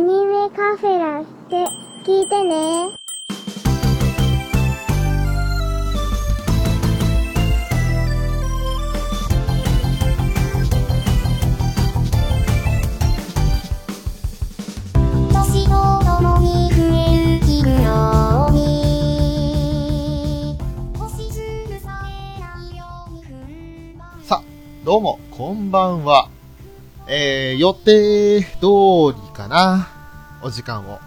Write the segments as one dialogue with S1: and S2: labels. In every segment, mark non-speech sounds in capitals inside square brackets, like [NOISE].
S1: カフェラって聞いてね。私と共に触れる奇妙に星粒さえないように踏ん張る
S2: さあ、どうも、こんばんは。えー、予定通りかな、お時間を。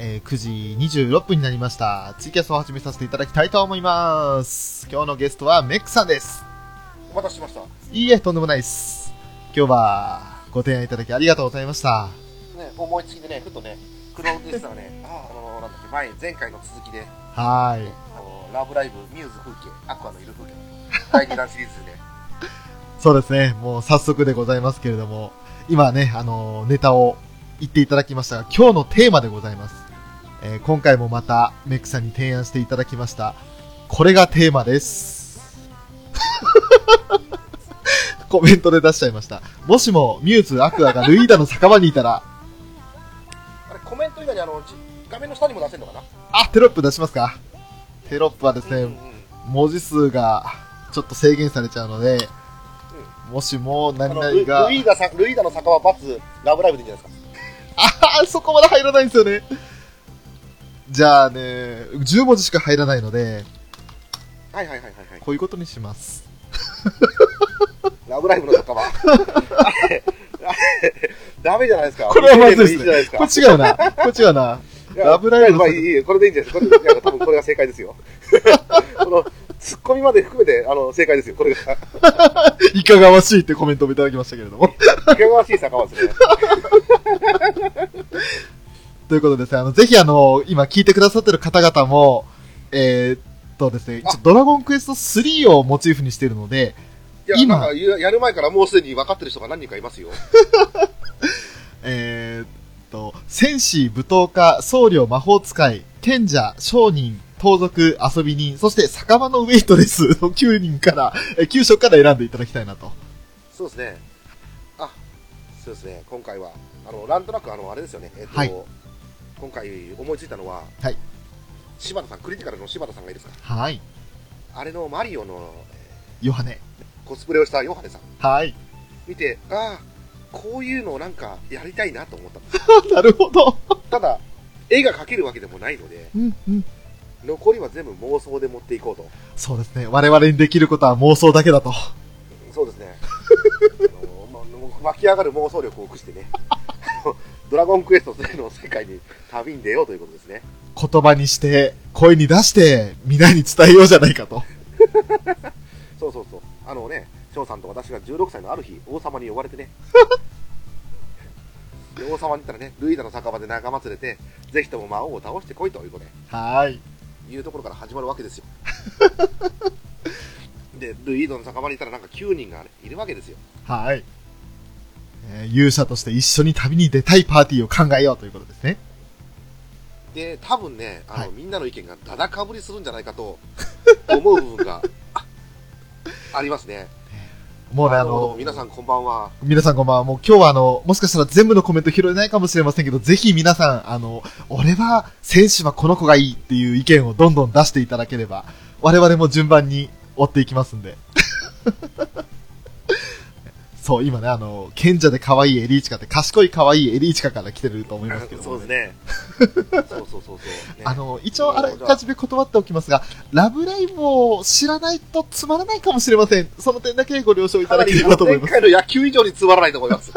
S2: えー、9時26分になりました。ツイキャスを始めさせていただきたいと思います。今日のゲストはメックさんです。
S3: お待たせしました。ね
S2: いいえ、とんでもないです。今日は、ご提案いただきありがとうございました。
S3: 思いつきでね、ふとね、黒腕さんが [LAUGHS] ね、あーあのなんだっけ、前、前回の続きで、
S2: はーい。
S3: あのラブライブ、ミューズ風景、アクアのいる風景、第2弾シリーズでね、
S2: そうですね、もう早速でございますけれども、今ね、あのネタを言っていただきましたが、今日のテーマでございます。えー今回もまた、メックさんに提案していただきました。これがテーマです。 [LAUGHS] コメントで出しちゃいました。もしも、ミューズ、アクアがルイーダの酒場にいたら、
S3: [LAUGHS] あれ、コメント以外にあの、じ画面の下にも出せるのかな
S2: あ、テロップ出しますかテロップはです
S3: うんうん
S2: ね、文字数がちょっと制限されちゃうので、もしも
S3: あ
S2: 何
S3: の
S2: 々
S3: ル
S2: が
S3: ルイ、ーダさん、ルイーダの酒場バツ、ラブライブでいいんじゃないですか。
S2: あーそこまで入らないんですよね。じゃあね、10文字しか入らないので、
S3: はいはいはいはい、はい。
S2: こういうことにします。
S3: ラブライブの [LAUGHS] 酒場。あれあれダメじゃないですか。
S2: これはまずいで
S3: じ
S2: す
S3: ゃないで
S2: ね
S3: す。か
S2: こ。れ違うな。これ違うな。
S3: いや
S2: ラブライブの
S3: まあいいいいこれでいいんじゃないですか。これいや多分これが正解ですよ。 [LAUGHS] この、ツッコミまで含めて、あの、正解ですよ。これが。
S2: いかがわしいってコメントもいただきましたけれども。
S3: いかがわしい酒場ですね。
S2: ということでですね、あの、ぜひあの、今聞いてくださってる方々も、えーっとですね、一応ドラゴンクエスト3をモチーフにしているので、
S3: いや、
S2: 今
S3: なんかややる前からもうすでに分かってる人が何人かいますよ。
S2: えーっと、戦士、舞踏家、僧侶、魔法使い、賢者、商人、盗賊、遊び人、そして酒場のウェイトレスの9人から、えー9色から選んでいただきたいなと。
S3: そうですね。あ、そうですね。今回は、あの、なんとなく、あの、あれですよね。えっ、と、
S2: はい
S3: 今回思いついたのは、
S2: はい
S3: 柴田さん、クリティカルの柴田さんがいいですか。
S2: はい。
S3: あれのマリオの
S2: ヨハネ。
S3: コスプレをしたヨハネさん
S2: はい。 [LAUGHS]
S3: 見て、ああ、こういうのをなんかやりたいなと思ったんです。
S2: なるほど。
S3: ただ、絵が描けるわけでもないので、
S2: うんうん。
S3: 残りは全部妄想で持っていこうと。
S2: そうですね。我々にできることは妄想だけだと。
S3: そうですね。あのま湧き上がる妄想力を駆使してね、 [LAUGHS] あのドラゴンクエスト3の世界に旅に出ようということですね。
S2: 言葉にして、声に出して、皆に伝えようじゃないかと。
S3: そうそうそう。あのね、翔さんと私が16歳のある日、王様に呼ばれてね。で王様に言ったらね、ルイーダの酒場で仲間連れて、ぜひとも魔王を倒してこいということで、
S2: はい。
S3: いうところから始まるわけですよ。で、ルイーダの酒場にいたらなんか9人がね、いるわけですよ。
S2: はい。えー勇者として一緒に旅に出たいパーティーを考えようということですね。
S3: で、多分ね、あの、
S2: はい
S3: みんなの意見がだだかぶりするんじゃないかと思う部分があありますね。
S2: もうね、あ
S3: どう
S2: の
S3: も、皆さんこんばんは。
S2: 皆さんこんばんは。もう今日はあの、もしかしたら全部のコメント拾えないかもしれませんけど、ぜひ皆さん、あの、俺は、選手はこの子がいいっていう意見をどんどん出していただければ、我々も順番に追っていきますんで。 [LAUGHS] そう、今ね、あの、賢者で可愛いエリーチカって、賢い可愛いエリーチカから来てると思いますけど、
S3: そうです
S2: ね。
S3: ね。そうそうそうそう、ね
S2: あの、一応あらかじめ断っておきますが、ラブライブを知らないとつまらないかもしれません。その点だけご了承い
S3: か
S2: た
S3: な
S2: だけ
S3: り
S2: ればと思い
S3: 前
S2: ます。
S3: 回の野球以上につまらないと思います。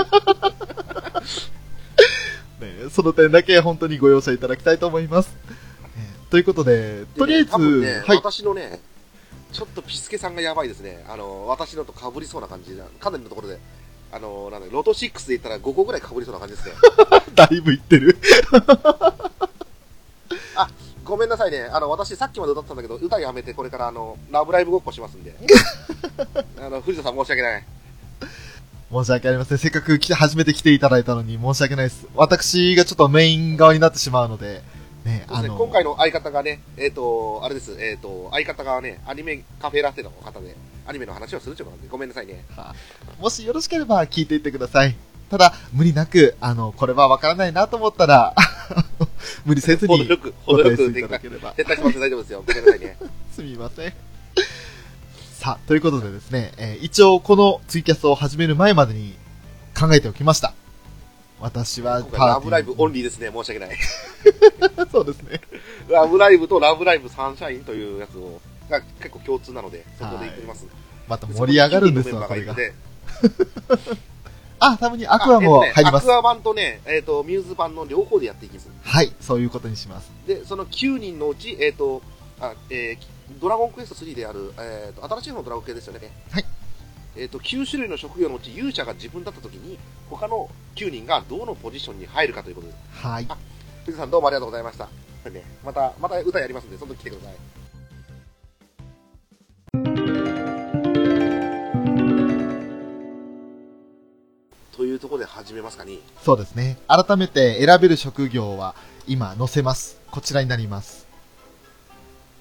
S2: ね、 [LAUGHS] その点だけ本当にご容赦いただきたいと思います。えーということで、 [LAUGHS] とりあえず、
S3: 多分ね、
S2: はい、
S3: 私のね、ちょっとピスケさんがやばいですね。あの、私のとかぶりそうな感じな、かなりのところで、あの、なんだロト6で言ったら5個ぐらいかぶりそうな感じですね。
S2: だいぶいってる。 [LAUGHS]
S3: ごめんなさいね。あの、私さっきまで歌ってたんだけど、歌やめてこれからあの、ラブライブごっこします
S2: [LAUGHS]
S3: んで。あの、藤田さん申し訳ない。
S2: 申し訳ありません。せっかく来て、初めて来ていただいたのに申し訳ないです。私がちょっとメイン側になってしまうので、ね、
S3: そ
S2: あ
S3: うですね、
S2: の、
S3: 今回の相方がね、えっ、と、あれです、えっ、と、相方がね、アニメカフェラテの方で、アニメの話をするということなんで、ごめんなさいね。
S2: もしよろしければ聞いていってください。ただ、無理なく、あの、これはわからないなと思ったら、 [LAUGHS] あの無理せず
S3: 程よ
S2: に
S3: く、
S2: お
S3: 程
S2: 問い合
S3: よ
S2: わせい
S3: く
S2: ただ
S3: できな
S2: ければ。
S3: 撤退します大丈夫ですよ。ごめんなさいね。
S2: すみません。さあ、ということでですね、えー一応このツイキャスを始める前までに考えておきました。私は
S3: 今回ラブライブオン
S2: リ
S3: リーですね。申し訳ない。
S2: ー。そうですね。
S3: ラブライブとラブライブサンシャインというやつを、が結構共通なので、そこで行ってます。
S2: また盛り上がるんですわ、
S3: そこ
S2: こ
S3: に
S2: れ
S3: キングのメンバー
S2: が
S3: がい。るんで
S2: あ、たまにアクアも
S3: あえっとね
S2: 入ります。
S3: アクア版とね、えっ、と、ミューズ版の両方でやっていきます。
S2: はい、そういうことにします。
S3: で、その9人のうち、えっ、と、あ、えードラゴンクエスト3である、えっ、と、新しい方のドラゴン系ですよね。
S2: はい。
S3: えっ、と、9種類の職業のうち勇者が自分だったときに、他の9人がどのポジションに入るかということです。
S2: はい。
S3: 藤さんどうもありがとうございました。ねまた、また歌やりますんで、その時来てください。というところで始めますかね。
S2: そうですね。改めて選べる職業は今載せます。こちらになります。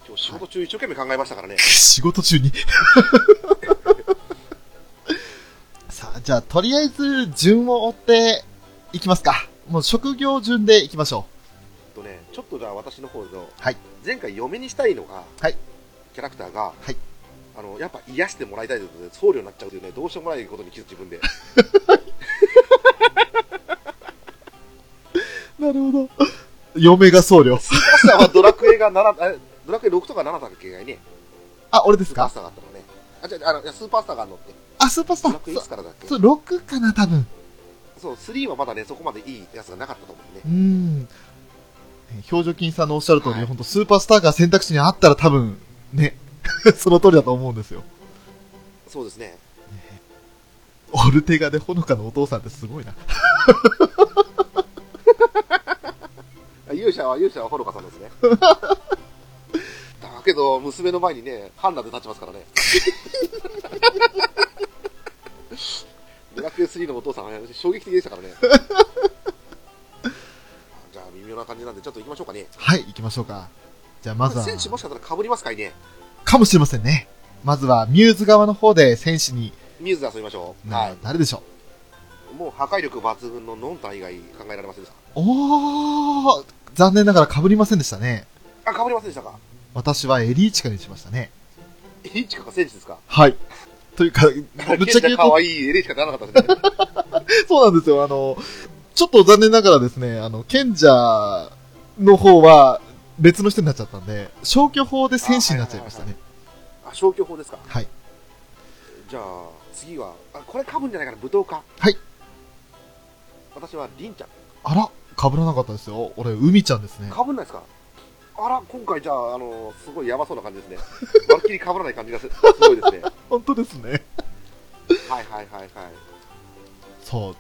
S3: 今日仕事中一生懸命考えましたからね。
S2: 仕事中に [LAUGHS] さあ、じゃあ、とりあえず順を追っていきますか。もう職業順でいきましょ
S3: えっとね、ちょっとじゃあ私の方の、
S2: はい
S3: 前回嫁にしたいのが、
S2: はい
S3: キャラクターが、
S2: はい
S3: あのやっぱ癒してもらいたいということで僧侶になっちゃうというねどうしようもないことに気づく自
S2: [LAUGHS]
S3: 分で
S2: う。なるほど。嫁が
S3: [LAUGHS]
S2: 僧侶。
S3: スーパースターはドラクエが7えドラクエ6とか7だっけがね
S2: あ、俺で
S3: ス
S2: す
S3: ーパー
S2: か
S3: スターがあったのねあじゃあのいやスーパースターがあるのって
S2: あ、スーパースタ
S3: ドラクエい
S2: ー。
S3: つからだっけ
S2: そう、6かな、多分。
S3: そう、3はまだね、そこまでいいやつがなかったと思うね
S2: う。ん。えー表情筋さんのおっしゃる通り、
S3: はい
S2: 本当スーパースターが選択肢にあったら多分、ね、 [LAUGHS] その通りだと思うんですよ。
S3: そうですね。
S2: オルテガでほのかのお父さんってすごいな。
S3: あ勇者は、勇者はほのかさんです
S2: [LAUGHS]
S3: ね。だけど、娘の前にね、ハンナで立ちますからね。ドラクエ3のお父さんは衝撃的でし
S2: [LAUGHS]
S3: たからね。じゃあ、微妙な感じなんで、ちょっと行きましょうかね。
S2: はい、行きましょうか。じゃあまずは、
S3: 選手もしかしたら被りますかいね。
S2: かもしれませんね。まずは、ミューズ側の方で選手に、
S3: ミューズで遊びましょう。
S2: な
S3: は
S2: 誰でしょう。
S3: い。もう破壊力抜群のノンタン以外考えられませんでし
S2: おー、残念ながら被りませんでしたね。
S3: た。あ、被りませんでしたか。 [LAUGHS]
S2: 私はエリーチカにしましたね。
S3: エリチカが選手ですか。
S2: はい。と [LAUGHS] いうか、ぶ
S3: め
S2: っ
S3: っ
S2: ちゃ
S3: ち
S2: け
S3: ゃ
S2: 言う
S3: 可
S2: と、
S3: 愛いエリチカじゃなかったですね。
S2: そうなんですよ。あの、ちょっと残念ながらですね、あの、賢者の方は別の人になっちゃったんで、消去法で選手になっちゃいましたね。
S3: あ、消去法ですか。
S2: はい。
S3: じゃあ、次は、あ、これかぶんじゃないかな、武道家。
S2: はい。
S3: 私は、りんちゃん。
S2: あら、被らなかったですよ。俺、海ちゃんですね。
S3: かぶんないですかあら、今回じゃあ、あの、すごいやばそうな感じですね。 [LAUGHS] まるっきりかぶらない感じがすす [LAUGHS] ごいですね。
S2: 本当ですね。
S3: はいはいはいはい。
S2: そう。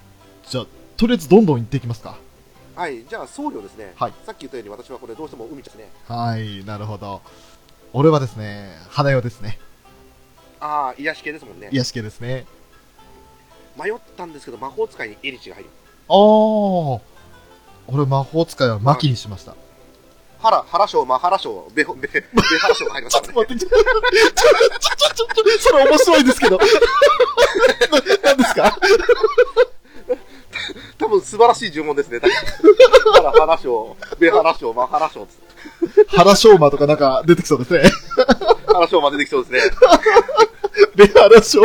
S2: じゃあ、とりあえずどんどん行っていきますか。
S3: はい、じゃあ、僧侶ですね。
S2: はい。
S3: さっき言ったように、私はこれどうしても海ちゃんですね。
S2: はい、なるほど。俺はですね、花代ですね。
S3: ああ、癒し系ですもんね。
S2: 癒し系ですね。
S3: 迷ったんですけど、魔法使いにエリチが入る。
S2: あー。俺、魔法使いはマキにしました。
S3: 原、原章、マハラ章、
S2: [LAUGHS]
S3: ベホ、ベ、ベハラ章が入りましたね。
S2: 待って、ちょ、ちょ、ちょ、ちょ、ちょ、それ面白いですけど。何ですか
S3: 多分素晴らしい呪文ですね。原、原章、ベハラ章、マハラ章。
S2: 原昌馬とかなんか出てきそうですね。
S3: 原章までできそうですね。
S2: [LAUGHS] レアラ昌。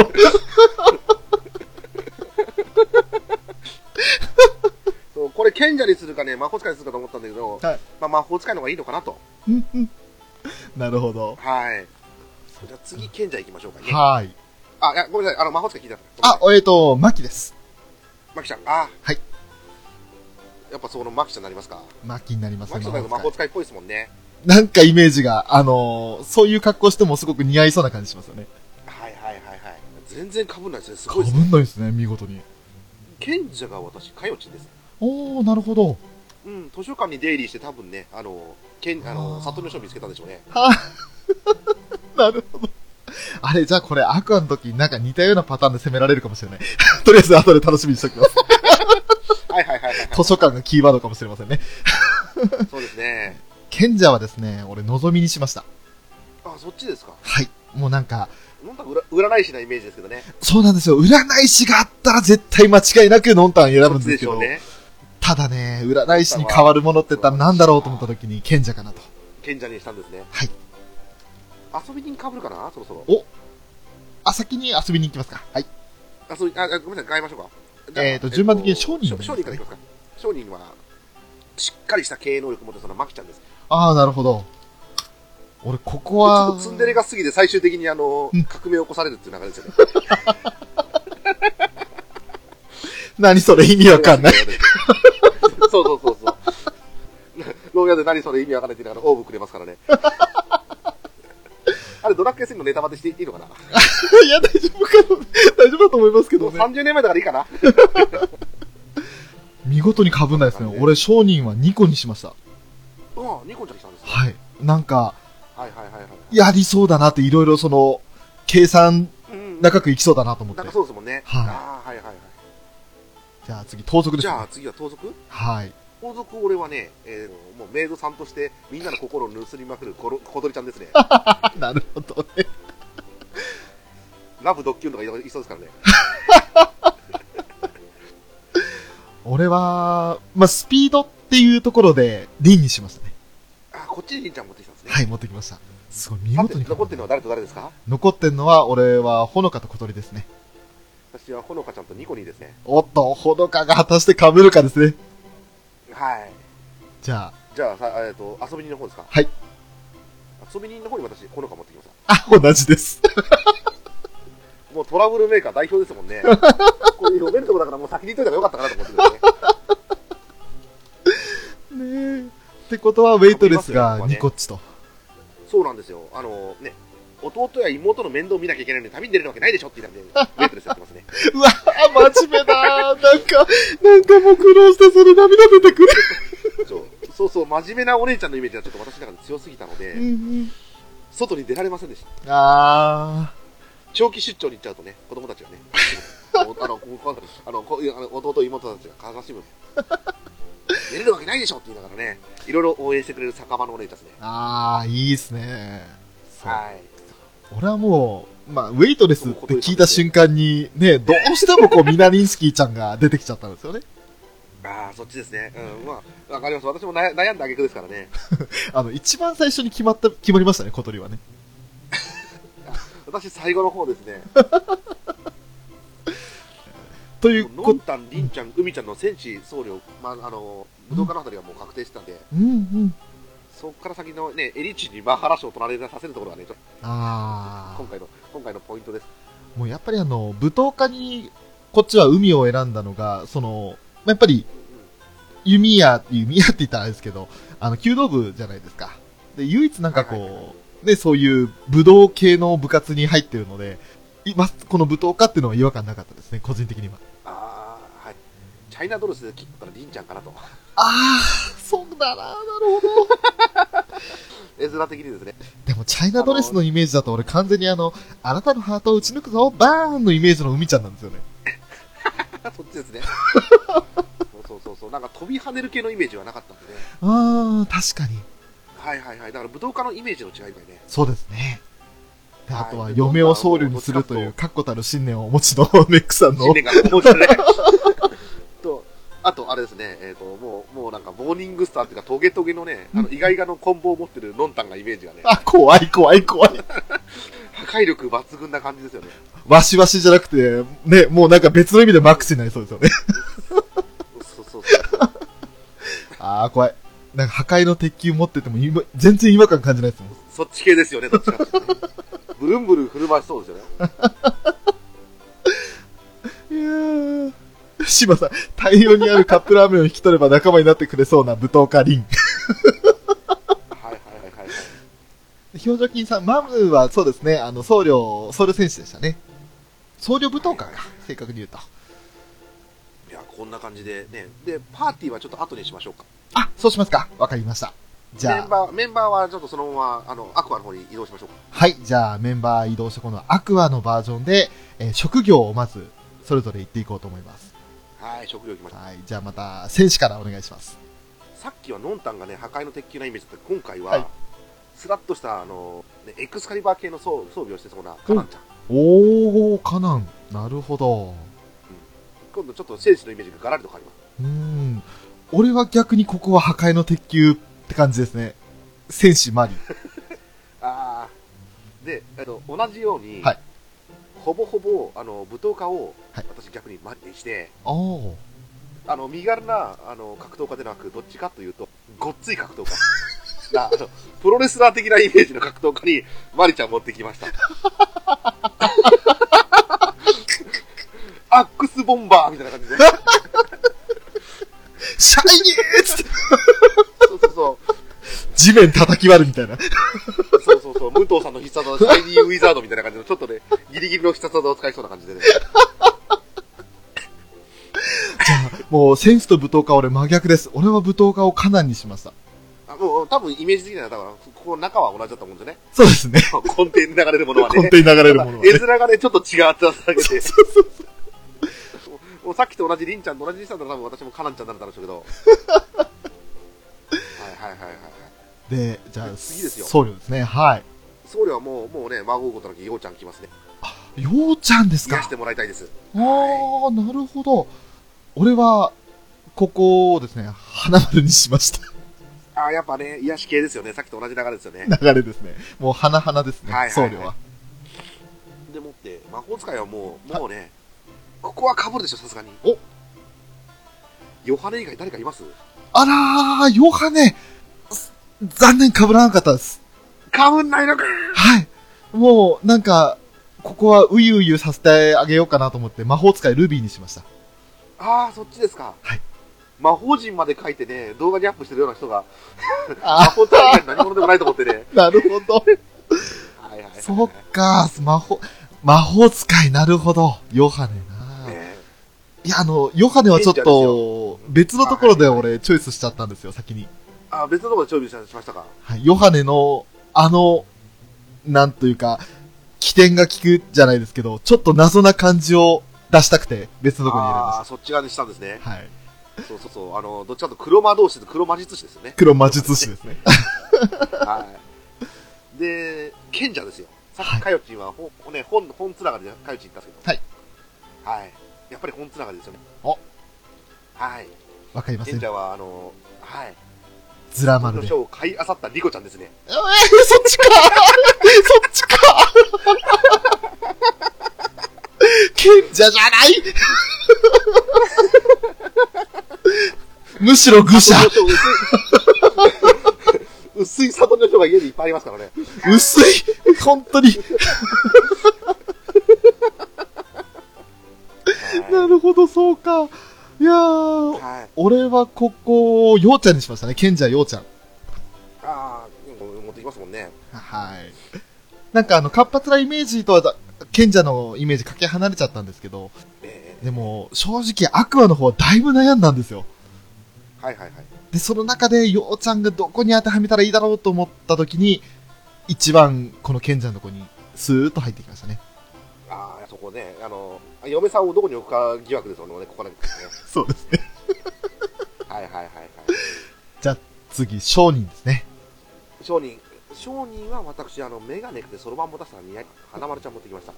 S3: そうこれ賢者にするかね魔法使いにするかと思ったんだけど、
S2: はい
S3: まあ、魔法使いの方がいいのかなと
S2: なるほど。
S3: はいじゃあ次賢者行きましょうかね
S2: はーい。
S3: あいやごめんなさいあの魔法使い聞いた
S2: あ、えっ、と、マキです。
S3: マキちゃんあ
S2: はい
S3: やっぱそのマキちゃんになりますか
S2: マキになります
S3: マ
S2: ね。
S3: キちゃんだと魔
S2: 魔
S3: 法
S2: 法使い
S3: 使いっぽいですもんね
S2: なんかイメージが、あのーそういう格好してもすごく似合いそうな感じしますよね。
S3: はいはいはいはい全然かぶんないですねす
S2: か
S3: ご
S2: ぶ
S3: いですね
S2: んないですね、見事に。
S3: 賢者が私かよちんです
S2: おー、なるほど。
S3: うん図書館に出入りして多分ねあのけんあ
S2: あ
S3: の
S2: ー
S3: 里の人を見つけたんでしょうね
S2: なるほど。あれ、じゃあこれ、アクアの時、なんか似たようなパターンで攻められるかもしれない。 [LAUGHS] とりあえず後で楽しみにしておき [LAUGHS] ます。
S3: はいはいはいはい、は
S2: 図書館がキーワードかもしれませんね。
S3: い、そうですね
S2: 賢者はですね、俺、望みにしました。
S3: あそっちですか
S2: はい。もうなんか、
S3: のんたん占占い師なイメージですけどね。
S2: そうなんですよ。占い師があったら絶対間違いなくノンタン選ぶんです
S3: で
S2: け
S3: し
S2: ど、
S3: ょうね。
S2: ただね、占い師に変わるものって言ったら何だろうと思った時に賢者かなと。
S3: 賢者にしたんですね。
S2: はい。
S3: 遊び人かぶるかなそろそろ。
S2: あ、先に遊びに行きますか。はい。
S3: 遊び、あ、あごめんなさい、変えましょうか。じゃあ
S2: えーと順番的に商人
S3: 商商人からいきますか。商人は、しっかりした経営能力を持ってそのマキちゃんです。
S2: ああ、なるほど。俺、ここ
S3: ちょっ
S2: は
S3: と、ツンデレが過ぎて最終的にあの
S2: うん、
S3: 革命を起こされるっていう流れですよね。
S2: 何それ意味わかんない。。 [LAUGHS]
S3: そうそうそうそう。牢屋で何それ意味わかんないって言いながらオーブくれますか
S2: [LAUGHS]
S3: らね。あれ、ドラッグ SM のネタバレしていいのかな、
S2: いや、大丈夫かな大丈夫だと思いますけ
S3: もう
S2: どね。
S3: ?30 年前だからいいかな
S2: 見事に被んないですね。俺、商人は2個にしました。
S3: うん、ニコちゃんにしたんですね
S2: はい。なんか、
S3: はいはいはいはい。
S2: やりそうだなって、いろいろその、計算、
S3: うん
S2: 高くいきそうだなと思って
S3: なんか。そうですもんね。
S2: はい
S3: ああ、はいはいはい。
S2: じゃあ次、盗賊です
S3: じ
S2: ね。
S3: ゃあ次は盗賊
S2: はい。 [LAUGHS]
S3: 盗賊俺はね、えー、もうメイドさんとしてみんなの心を盗みまくるコロ小鳥ちゃんですね。
S2: あなるほどね。
S3: ラブドッキュンとかいそうですからね。
S2: 俺は、まあ、スピードっていうところで、リンにしましたね。
S3: あ、こっちにりんちゃん持ってきたんですね。
S2: はい、持ってきました。すごい、見
S3: さ
S2: 事
S3: て、
S2: に被
S3: 残ってる
S2: ん
S3: の
S2: ない
S3: は誰と誰ですか
S2: 残ってんのは、俺は、ほのかと小鳥ですね。
S3: 私はほのかちゃんとニコニーですね。
S2: おっと、ほのかが果たして被るかですね。
S3: はい。
S2: じゃあ、
S3: じゃあ、さえっ、と、遊び人の方ですか
S2: はい。
S3: 遊び人の方に私、ほのか持ってきまし
S2: あ、同じです。
S3: た。もうトラブルメーカー代表ですもん
S2: [LAUGHS]
S3: ね。これ読めるとこだからもう先に言っといた方がよかったかなと思ってるんですね。
S2: ねえ。ってことは、ウェイトレスがニコッチと。
S3: そうなんですよ。あのね、弟や妹の面倒を見なきゃいけないのに旅に出れるわけないでしょっ
S2: [LAUGHS]
S3: て言ったんで、ウェイトレスやってますね。
S2: うわぁ、真面目だーなんか、なんかもう苦労してそれ涙出てくる。
S3: そうそうそう、真面目なお姉ちゃんのイメージがちょっと私の中で強すぎたので、外に出られませんでした。
S2: あ
S3: 長期出張に行っちゃうとね、子供たちが
S2: [LAUGHS]
S3: ね、おあの、こうあのこういうあの弟、妹たちが悲しむ。寝れるわけないでしょって言いながらね、いろいろ応援してくれる酒場のお姉ちゃんですね。
S2: ー。あー、いいっすね。そう
S3: はい。
S2: 俺はもう、まあ、ウェイトレスって聞いた瞬間に、ね、どうしてもこう、ミナリンスキーちゃんが出てきちゃったんですよね。
S3: ああ、そっちですね。うん、まあ、わかります。私も悩悩んだ挙句ですからね。
S2: あの、一番最初に決まった、決まりましたね、小鳥はね。
S3: 私、最後の方ですね。
S2: という
S3: もうの
S2: こ
S3: んたん、りんちゃん、海ちゃんの戦士、僧侶、まあ、あの、武道家のあたりがもう確定してたんで、
S2: うんうん。
S3: そこから先のね、エリチにマハラ賞を取られさせるところがね、ちょっと
S2: あ
S3: 今回の、今回のポイントです。
S2: ー。もうやっぱりあの、舞踏家に、こっちは海を選んだのが、その、やっぱり、弓矢、弓矢って言ったらあれですけど、あの、弓道部じゃないですか。で、唯一なんか
S3: はいはいは
S2: こう、ね、そういう武道系の部活に入ってるので、今、この武闘家っていうのは違和感なかったですね、個人的には。
S3: ああ、はい。チャイナドレスで切ったらりんちゃんかなと。
S2: ああ、そうだな、なるほど。
S3: 絵面的にですね。 [LAUGHS]
S2: でも、チャイナドレスのイメージだと俺完全にあの、あなたのハートを打ち抜くぞ、バーンのイメージの海ちゃんなんですよね。
S3: そっちですね。そうそうそうそう。なんか飛び跳ねる系のイメージはなかったんでね。
S2: ああ、確かに。
S3: はいはいはい。だから武道家のイメージの違いがね。
S2: そうですね。であとは、
S3: はい
S2: 嫁を僧侶にするという、確固たる信念をお持ちのメックさんの
S3: [LAUGHS] 信、念がこうじゃね。と、あとあれですね。えっ、と、もう、もうなんかモーニングスターっていうかトゲトゲのね、あの、意外がのコンボを持ってるのんたんがイメージがね、
S2: あ、怖い怖い怖い。
S3: 破壊力抜群な感じですよね。
S2: わしわしじゃなくて、ね、もうなんか別の意味でマックスになりそうです [LAUGHS] よね。
S3: そうそうそう。
S2: ああ、怖い。なんか破壊の鉄球持ってても今、全然違和感感じないですもん。
S3: そっち系ですよね、どっちかっていうとね。ブルンブルン振る舞いそうですよね。
S2: いやー。シバさん、大量にあるカップラーメンを引き取れば仲間になってくれそうな舞踏家リン。
S3: はいはいはいはい。
S2: 表情筋さん、マムはそうですね、あの、僧侶、僧侶選手でしたね。僧侶舞踏家か、正確に言うと。
S3: いや、こんな感じでね。で、パーティーはちょっと後にしましょうか。
S2: あ、そうしますか。わかりました。じ
S3: メ
S2: ゃ
S3: ン
S2: あ、
S3: バー、メンバーはちょっとそのまま、あの、アクアの方に移動しましょうか。
S2: はい、じゃあメンバー移動して、このアクアのバージョンで、えー職業をまず、それぞれ言っていこうと思います。
S3: はい、職業行きましょう。
S2: はい、じゃあまた、選手からお願いします。
S3: さっきはのんたんがね、破壊の鉄球なイメージだったけど今回は、
S2: はい
S3: スラッとした、あの、ね、エクスカリバー系の装装備をしてそうなカランちゃん。
S2: おお、カナン。なるほど。
S3: 今度ちょっと戦士のイメージがガラリと変わります
S2: うーん。俺は逆にここは破壊の鉄球って感じですね。戦士マリ。
S3: ああで、えっと、同じように、
S2: はい
S3: ほぼほぼあの武闘家を
S2: はい
S3: 私逆にマリにして、
S2: ああ。
S3: あの身軽なあの格闘家でなくどっちかというとごっつい格闘家 [LAUGHS] なあのプロレスラー的なイメージの格闘家に [LAUGHS] マリちゃん持ってきました [LAUGHS] アックスボンバーみたいな感じで
S2: シャイニーっつって、
S3: そうそうそう
S2: 地面叩き割るみたいな。
S3: そうそうそう、武藤さんの必殺技、シャイニーウィザードみたいな感じの、ちょっとね、ギリギリの必殺技を使いそうな感じでね。
S2: もう、戦士と舞踏家は俺真逆です。俺は舞踏家をカナンにしました。
S3: あもう、多分イメージ的には、だから、ここの中は同じだったもんですね。 [LAUGHS]
S2: そうですね。
S3: 根底に流れるものは
S2: 根
S3: ね。
S2: 底に流れるものはね
S3: 絵。面がね、ちょっと違うってなっただけで。もうさっきと同じりんちゃんと同じりんちゃんだったら多分私もかなんちゃんになるだろうけど。はいはいはいはいはい。
S2: で、じゃあ、
S3: 次ですよ
S2: 僧侶ですね。はい。
S3: 僧侶はもう、もうね、孫うことなきようちゃん来ますね。
S2: ようちゃんです
S3: 癒
S2: か
S3: し。てもらいたいです。
S2: ああ、なるほど。俺は、ここをですね、花丸にしました。 [LAUGHS]
S3: ああ、やっぱね、癒し系ですよね。さっきと同じ流れですよね。
S2: 流れですね。もう、花々ですね
S3: はい。
S2: 僧
S3: はいはい
S2: 侶は。
S3: でもって、魔法使いはもう、もうね、ここは被るでしょ、さすがに。
S2: お
S3: ヨハネ以外誰かいます
S2: あらー、ヨハネ。す残念、被らなかったです。
S3: 被んないのか
S2: はい。もう、なんか、ここはうゆうゆさせてあげようかなと思って、魔法使いルビーにしました。
S3: ああ、そっちですか。
S2: はい
S3: 魔法陣まで書いてね、動画にアップしてるような人が、魔
S2: あ
S3: 法使い以外何者でもないと思っ
S2: [LAUGHS]
S3: てね。
S2: なるほど。
S3: はいはいはいはい。
S2: そっか、魔法、魔法使い、なるほど。ヨハネな、
S3: ね
S2: いや、あの、ヨハネはちょっ
S3: いいんじゃない
S2: と、別のところで俺、チョイスしちゃったんですよ、先に。
S3: ああ、別のところで調理しましたか。
S2: はい、ヨハネの、あの、なんというか、起点が効くじゃないですけど、ちょっと謎な感じを出したくて、別のところに選び
S3: あ
S2: ま
S3: あ、そっち側にしたんですね
S2: し。た。はい。。
S3: そうそうそう。あの、どっちかというと黒魔道士と黒魔術師ですよね
S2: 黒魔術師ですね。
S3: はい。で、賢者ですよ。さっきかよちんは、ほね、本、本つながりでかよちん言ったんですけど。はい。はい。やっぱり本つながりですよね。
S2: お
S3: はい。
S2: わかりませ
S3: 賢
S2: ん。
S3: 者は、あの、はい。
S2: ズラ丸
S3: の
S2: で。
S3: 書を買いあさったリコちゃんですね。
S2: えー、そっちか [LAUGHS] そっちか賢者じゃないむしろ愚者
S3: 里の書薄い薄い里の書が家にいっぱいありますからね。
S2: 薄い本当にな
S3: は
S2: るほど、そうか。いやー
S3: い。、はい、
S2: 俺はここをようちゃんにしましたね。賢者ようちゃん。
S3: ああ、持ってきますもんね。
S2: はい。なんかあの、活発なイメージとはだ、賢者のイメージかけ離れちゃったんですけど、
S3: え
S2: でも、正直、アクアの方はだいぶ悩んだんですよ。
S3: えはいはいはい。
S2: で、その中で、ようちゃんがどこに当てはめたらいいだろうと思った時に、一番、この賢者の子に、スーッと入ってきましたね。
S3: ああ、そこね、あの、嫁さんをどこに置くか疑惑ですよね、ここなんですね。
S2: そうですね。
S3: はいはいはいはい。
S2: 次、商人ですね。
S3: 商人、商人は私、あの、メガネでそろばんも出したら似合い、花丸ちゃん持ってきました。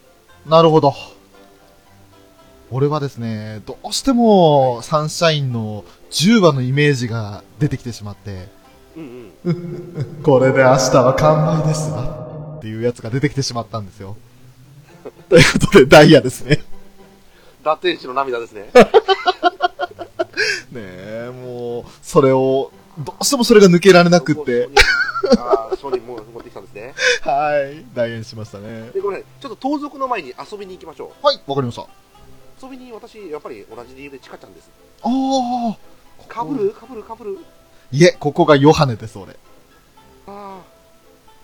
S2: なるほど。俺はですね、どうしても、サンシャインの10話のイメージが出てきてしまって、
S3: うんうん。
S2: これで明日は完売ですわ。っていうやつが出てきてしまったんですよ。ということで、ダイヤです [LAUGHS] ね。
S3: ラテン氏の涙ですね。
S2: ねえ、もう、それを、どうしてもそれが抜けられなくって、。
S3: ああ、商人も持ってきたんですね。
S2: はい、代演しましたね。
S3: で、これ、ちょっと盗賊の前に遊びに行きましょ
S2: はい、わかりました。あ
S3: う。遊びに私、やっぱり同じ理由でチカちゃんです。
S2: あ、
S3: かぶるかぶるかぶる
S2: いえ、ここがヨハネです、俺。
S3: あ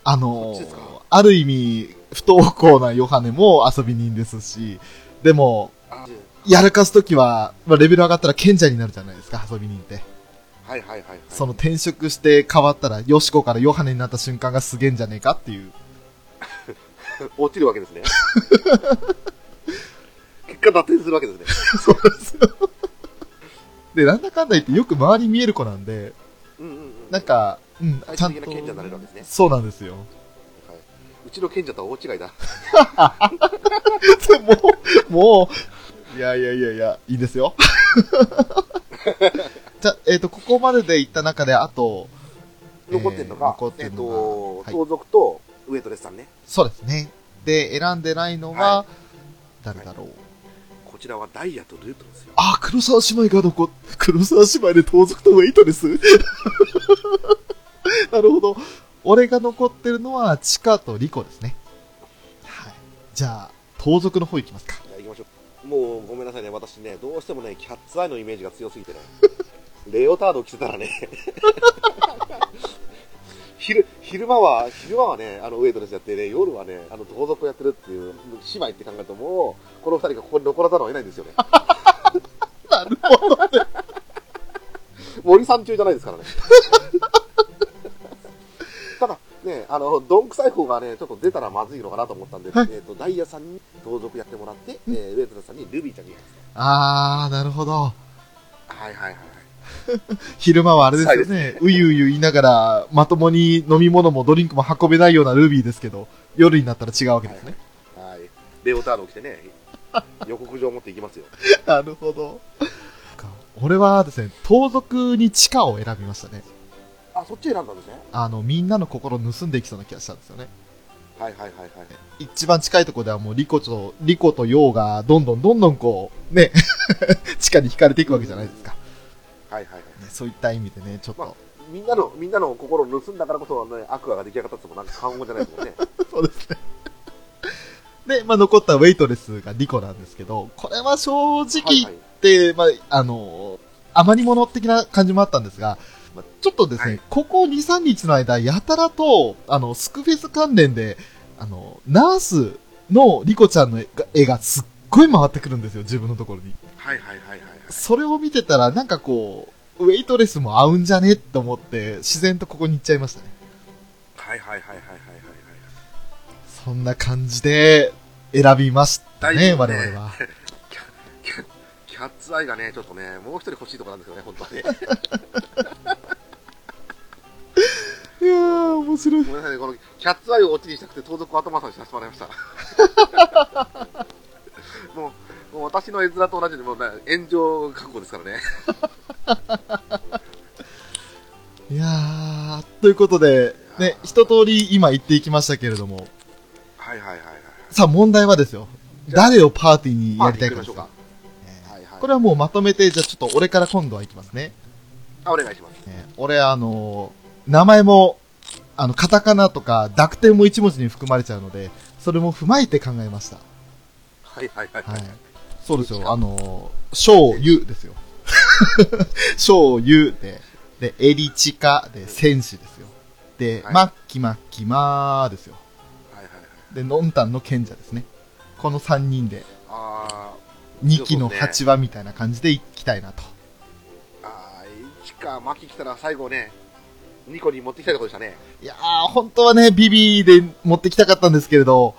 S2: あの
S3: こっちですか
S2: ー、ある意味、不登校なヨハネも遊び人ですし、でも、
S3: あ、ああ
S2: やらかすときは、まあ、レベル上がったら賢者になるじゃないですか、遊び人って。
S3: はいはいはい、はい。
S2: その転職して変わったら、ヨシコからヨハネになった瞬間がすげえんじゃねえかっていう。
S3: [LAUGHS]
S2: [LAUGHS]
S3: 落ちるわけですね。結果、脱点するわけですね。
S2: そうですよ。で、なんだかんだ言ってよく周り見える子なんで、
S3: うんうんうん。
S2: なんか、うん、
S3: 最
S2: ちゃ
S3: 終
S2: ん
S3: 的な賢者になれる
S2: と
S3: わけですね。
S2: そうなんですよ。
S3: はい、うちの賢者とは大違いだ。
S2: もう、もう、いやいやいやいや、いいですよ。 [LAUGHS] じゃあ、えっ、と、ここまでで行った中で、あと、
S3: 残ってんの
S2: えー
S3: が
S2: 残っ、て
S3: えっ
S2: んのが
S3: と
S2: は、い
S3: 盗賊とウエイトレスさんね。
S2: そうですね。で、選んでないのは
S3: は、
S2: 誰だろう。
S3: こちらはダイヤとルートですよ。
S2: あ、黒沢姉妹が残っ、黒沢姉妹で盗賊とウェイトレ [LAUGHS] スなるほど。俺が残ってるのは、チカとリコですね。はい。じゃあ、盗賊の方行きますか。
S3: じゃあ行きましょう。もうごめんなさいね、私ね、どうしてもね、キャッツアイのイメージが強す
S2: [LAUGHS]
S3: ぎてね。レオタード着てたらね。 [LAUGHS] 昼、昼間は、昼間はね、あの、ウエイトレスやってね、夜はね、あの、盗賊をやってるっていう、姉妹って考えるともう、この二人がここに残らざるを得ないんですよね。
S2: [LAUGHS] なるほど。
S3: [LAUGHS] 森さん中じゃないですからね。ただ、ね、あの、どんくさい方がね、ちょっと出たらまずいのかなと思ったんで、
S2: はい
S3: えっと、ダイヤさんに盗賊やってもらって、えーウェイトレスさんにルビーちゃんに。
S2: あー、なるほど。
S3: はいはいはい。
S2: 昼間はあれですよ
S3: そう
S2: ね。うゆうゆ言いながら、まともに飲み物もドリンクも運べないようなルビーですけど、夜になったら違うわけですね。
S3: はい。レオタード着てね、予告状持っていきますよ。
S2: [LAUGHS] なるほど。俺はですね、盗賊に地下を選びましたね。
S3: あ、そっち選んだんですね。
S2: あの、みんなの心を盗んでいきそうな気がしたんですよね。
S3: はいはいはいはい。
S2: 一番近いところではもうリコと、リコとヨウがどんどんどんどんこう、ね、 [LAUGHS] 地下に惹かれていくわけじゃないですか。ね、
S3: はいはいはい。
S2: そういった意味でね、ちょっと。
S3: まあみんなの、みんなの心を盗んだからこそ、ね、アクアが出来上がったってもなんか過言じゃないですもん
S2: [LAUGHS]
S3: ね。
S2: そうですね。で、まあ、残ったウェイトレスがリコなんですけど、これは正直
S3: はい
S2: 言
S3: は
S2: っ
S3: い。
S2: て、まあ、あの、余り物的な感じもあったんですが、まあちょっとですね、
S3: はい
S2: ここ2、3日の間、やたらと、あの、スクフェス関連で、あの、ナースのリコちゃんの絵が絵がすっごい回ってくるんですよ、自分のところに。
S3: はいはいはいはいはい。
S2: それを見てたら、なんかこう、ウェイトレスも合うんじゃねって思って、自然とここに行っちゃいましたね。
S3: はいはいはいはいはいはいはい。
S2: そんな感じで選びましたね、
S3: 大丈夫
S2: 我
S3: ね
S2: 々は。
S3: キャキャッツアイがね、ちょっとね、もう一人欲しいとこなんですよね、本当はね。
S2: [LAUGHS] いやー、面白い
S3: ご。めんなさいね、このキャッツアイをオチにしたくて、盗賊を頭さんにさせてもらいました。
S2: [LAUGHS]
S3: もう、もう私の絵面と同じで、もうね、炎上覚悟ですからね。
S2: いやー、ということで、ね、一通り今言っていきましたけれども、
S3: はいはいはいはい。
S2: さあ問題はですよ。
S3: じゃあ
S2: 誰をパーティーにやりたい
S3: ま
S2: かで
S3: あ行きましょ
S2: す
S3: うか
S2: か。。
S3: はいはい。
S2: これはもうまとめて、じゃあちょっと俺から今度はいきますね。
S3: あ、お願いします。
S2: えー俺、あのー名前も、あの、カタカナとか濁点も一文字に含まれちゃうので、それも踏まえて考えました。
S3: はいはいはいは。
S2: はいい。そうですよ、あのー、小ゆですよ。 [LAUGHS] 小ゆで、で、エリチカで戦士ですよ。で、
S3: はい
S2: マッキマッキマーですよ。
S3: はいはいはい。
S2: で、ノンタンの賢者ですね。この3人で、
S3: あー、
S2: 2期の8話みたいな感じでいきたいなと。
S3: あー、一か、巻き来たら最後ね、ニコに持ってきたいところでしたね。
S2: いやー、本当はね、ビビで持ってきたかったんですけれど、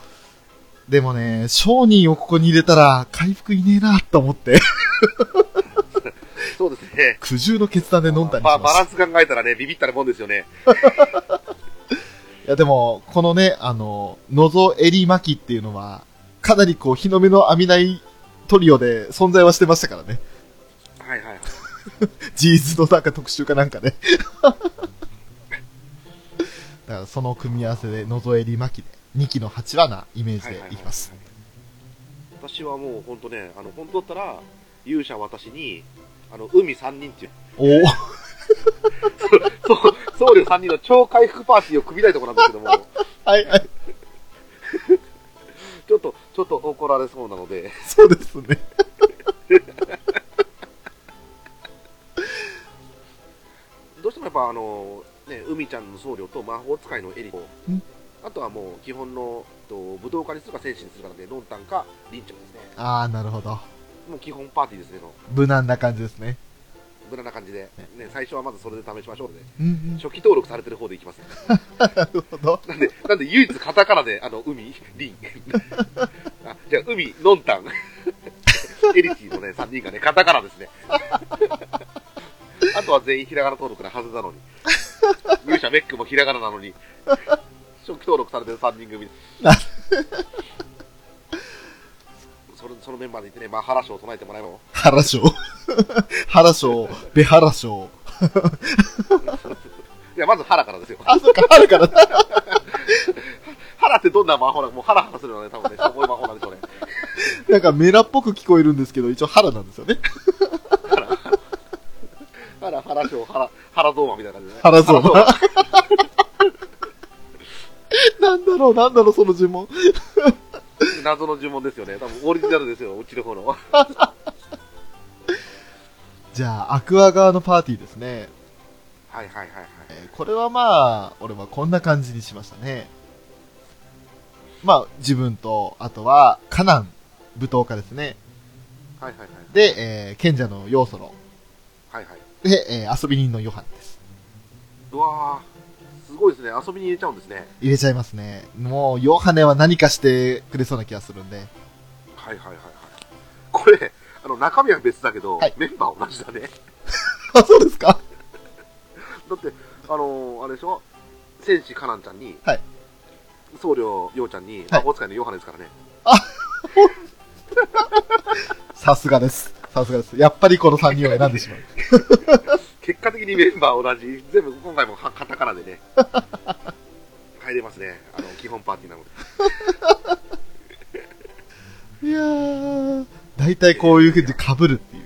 S2: でもね、商人をここに入れたら、回復いねえなと思って、 [LAUGHS]
S3: そうですね。
S2: 苦渋の決断で飲んだりし
S3: まあ、
S2: ま
S3: バ
S2: し
S3: ラ
S2: た。
S3: ンス考えたらね、ビビったらもんですよね。
S2: いや、でも、このね、あの、のぞえりまきっていうのは、かなりこう、日の目の網ないトリオで存在はしてましたからね。
S3: はいはいはい。
S2: ジーズのなんか特集かなんかね。 [LAUGHS] だから、その組み合わせで、のぞえりまきで、2期の8話なイメージでいきます。
S3: はいはいはい私はもう本当ね、あの本当だったら、勇者私に、あの海3人っていう、
S2: おー
S3: そう僧侶3人の超回復パーティーを組みたいところなんですけども、
S2: はいはい、
S3: ちょっと、ちょっと怒られそうなので、
S2: そうですね。
S3: どうしてもやっぱ、あの、ね、海ちゃんの僧侶と魔法使いのエリコ
S2: うん、
S3: あとはもう基本の、えっと武道家にするか戦士にするかなんで、ロンタンかリンちゃんですね。
S2: ああ、なるほど。
S3: もう基本パーティーですね、の
S2: 無難な感じですね。
S3: 無難な感じで、ね、最初はまずそれで試しましょうので、
S2: うんうん、
S3: 初期登録されてる方でいきますね。
S2: なるほど。
S3: なんで、なんで唯一カタカナで、あの、海、リ [LAUGHS] ン。あじゃあ、海、ノンタン。 [LAUGHS] エリキのね、3人がね、カタカナです [LAUGHS] ね。あとは全員ひらがな登録なはずなのに。勇者メックもひらがななのに。初期登録されてる3人 [LAUGHS] 組で
S2: な
S3: それそのメンバーでいてね、マハラ賞を唱えてもらえばも
S2: 原賞。 [LAUGHS] 原賞、ベハラ賞。
S3: いや、まずハラからですよ。
S2: あ、そっか、あるからな。
S3: ハラってどんな魔法なのもうハラハラするのね、多分ね、すごい魔法なんでしょうね。
S2: なんかメラっぽく聞こえるんですけど、一応原なんですよね。
S3: ハラ、ハラ賞、ハラ、ハラゾーマみたいな感じでね。
S2: 原賞。 [LAUGHS] なんだろう、なんだろう、その呪文。
S3: 謎の呪文ですよね。多分オリジナルですよ、うちの方の。
S2: じゃあ、アクア側のパーティーですね。
S3: はいはいはいはい。
S2: えーこれはまあ、俺はこんな感じにしましたね。まあ、自分と、あとは、カナン、舞踏家ですね。
S3: はいはいはい。
S2: で、えー賢者の要素の。
S3: はいはい。
S2: で、えー遊び人のヨハンです。
S3: うわー、すごいですね。遊びに入れちゃうんですね。
S2: 入れちゃいますね。もう、ヨハネは何かしてくれそうな気がするんで。 [LAUGHS]
S3: はいはいはいはい。これ、あの、中身は別だけど、
S2: はい
S3: メンバー同じだね。
S2: あ、そうですか
S3: だって、あのーあれでしょ戦士カナンちゃんに、
S2: はい
S3: 僧侶ヨウちゃんに、
S2: はい
S3: 魔法使いのヨハネですからね。
S2: さすがです。さすがです。やっぱりこの3人を選んでしまう。
S3: 結果的にメンバー同じ。全部、今回もはカタカナで [LAUGHS] ね。入れますね。あの、基本パーティーなので。
S2: いやー、大体こういう風に被るっていう。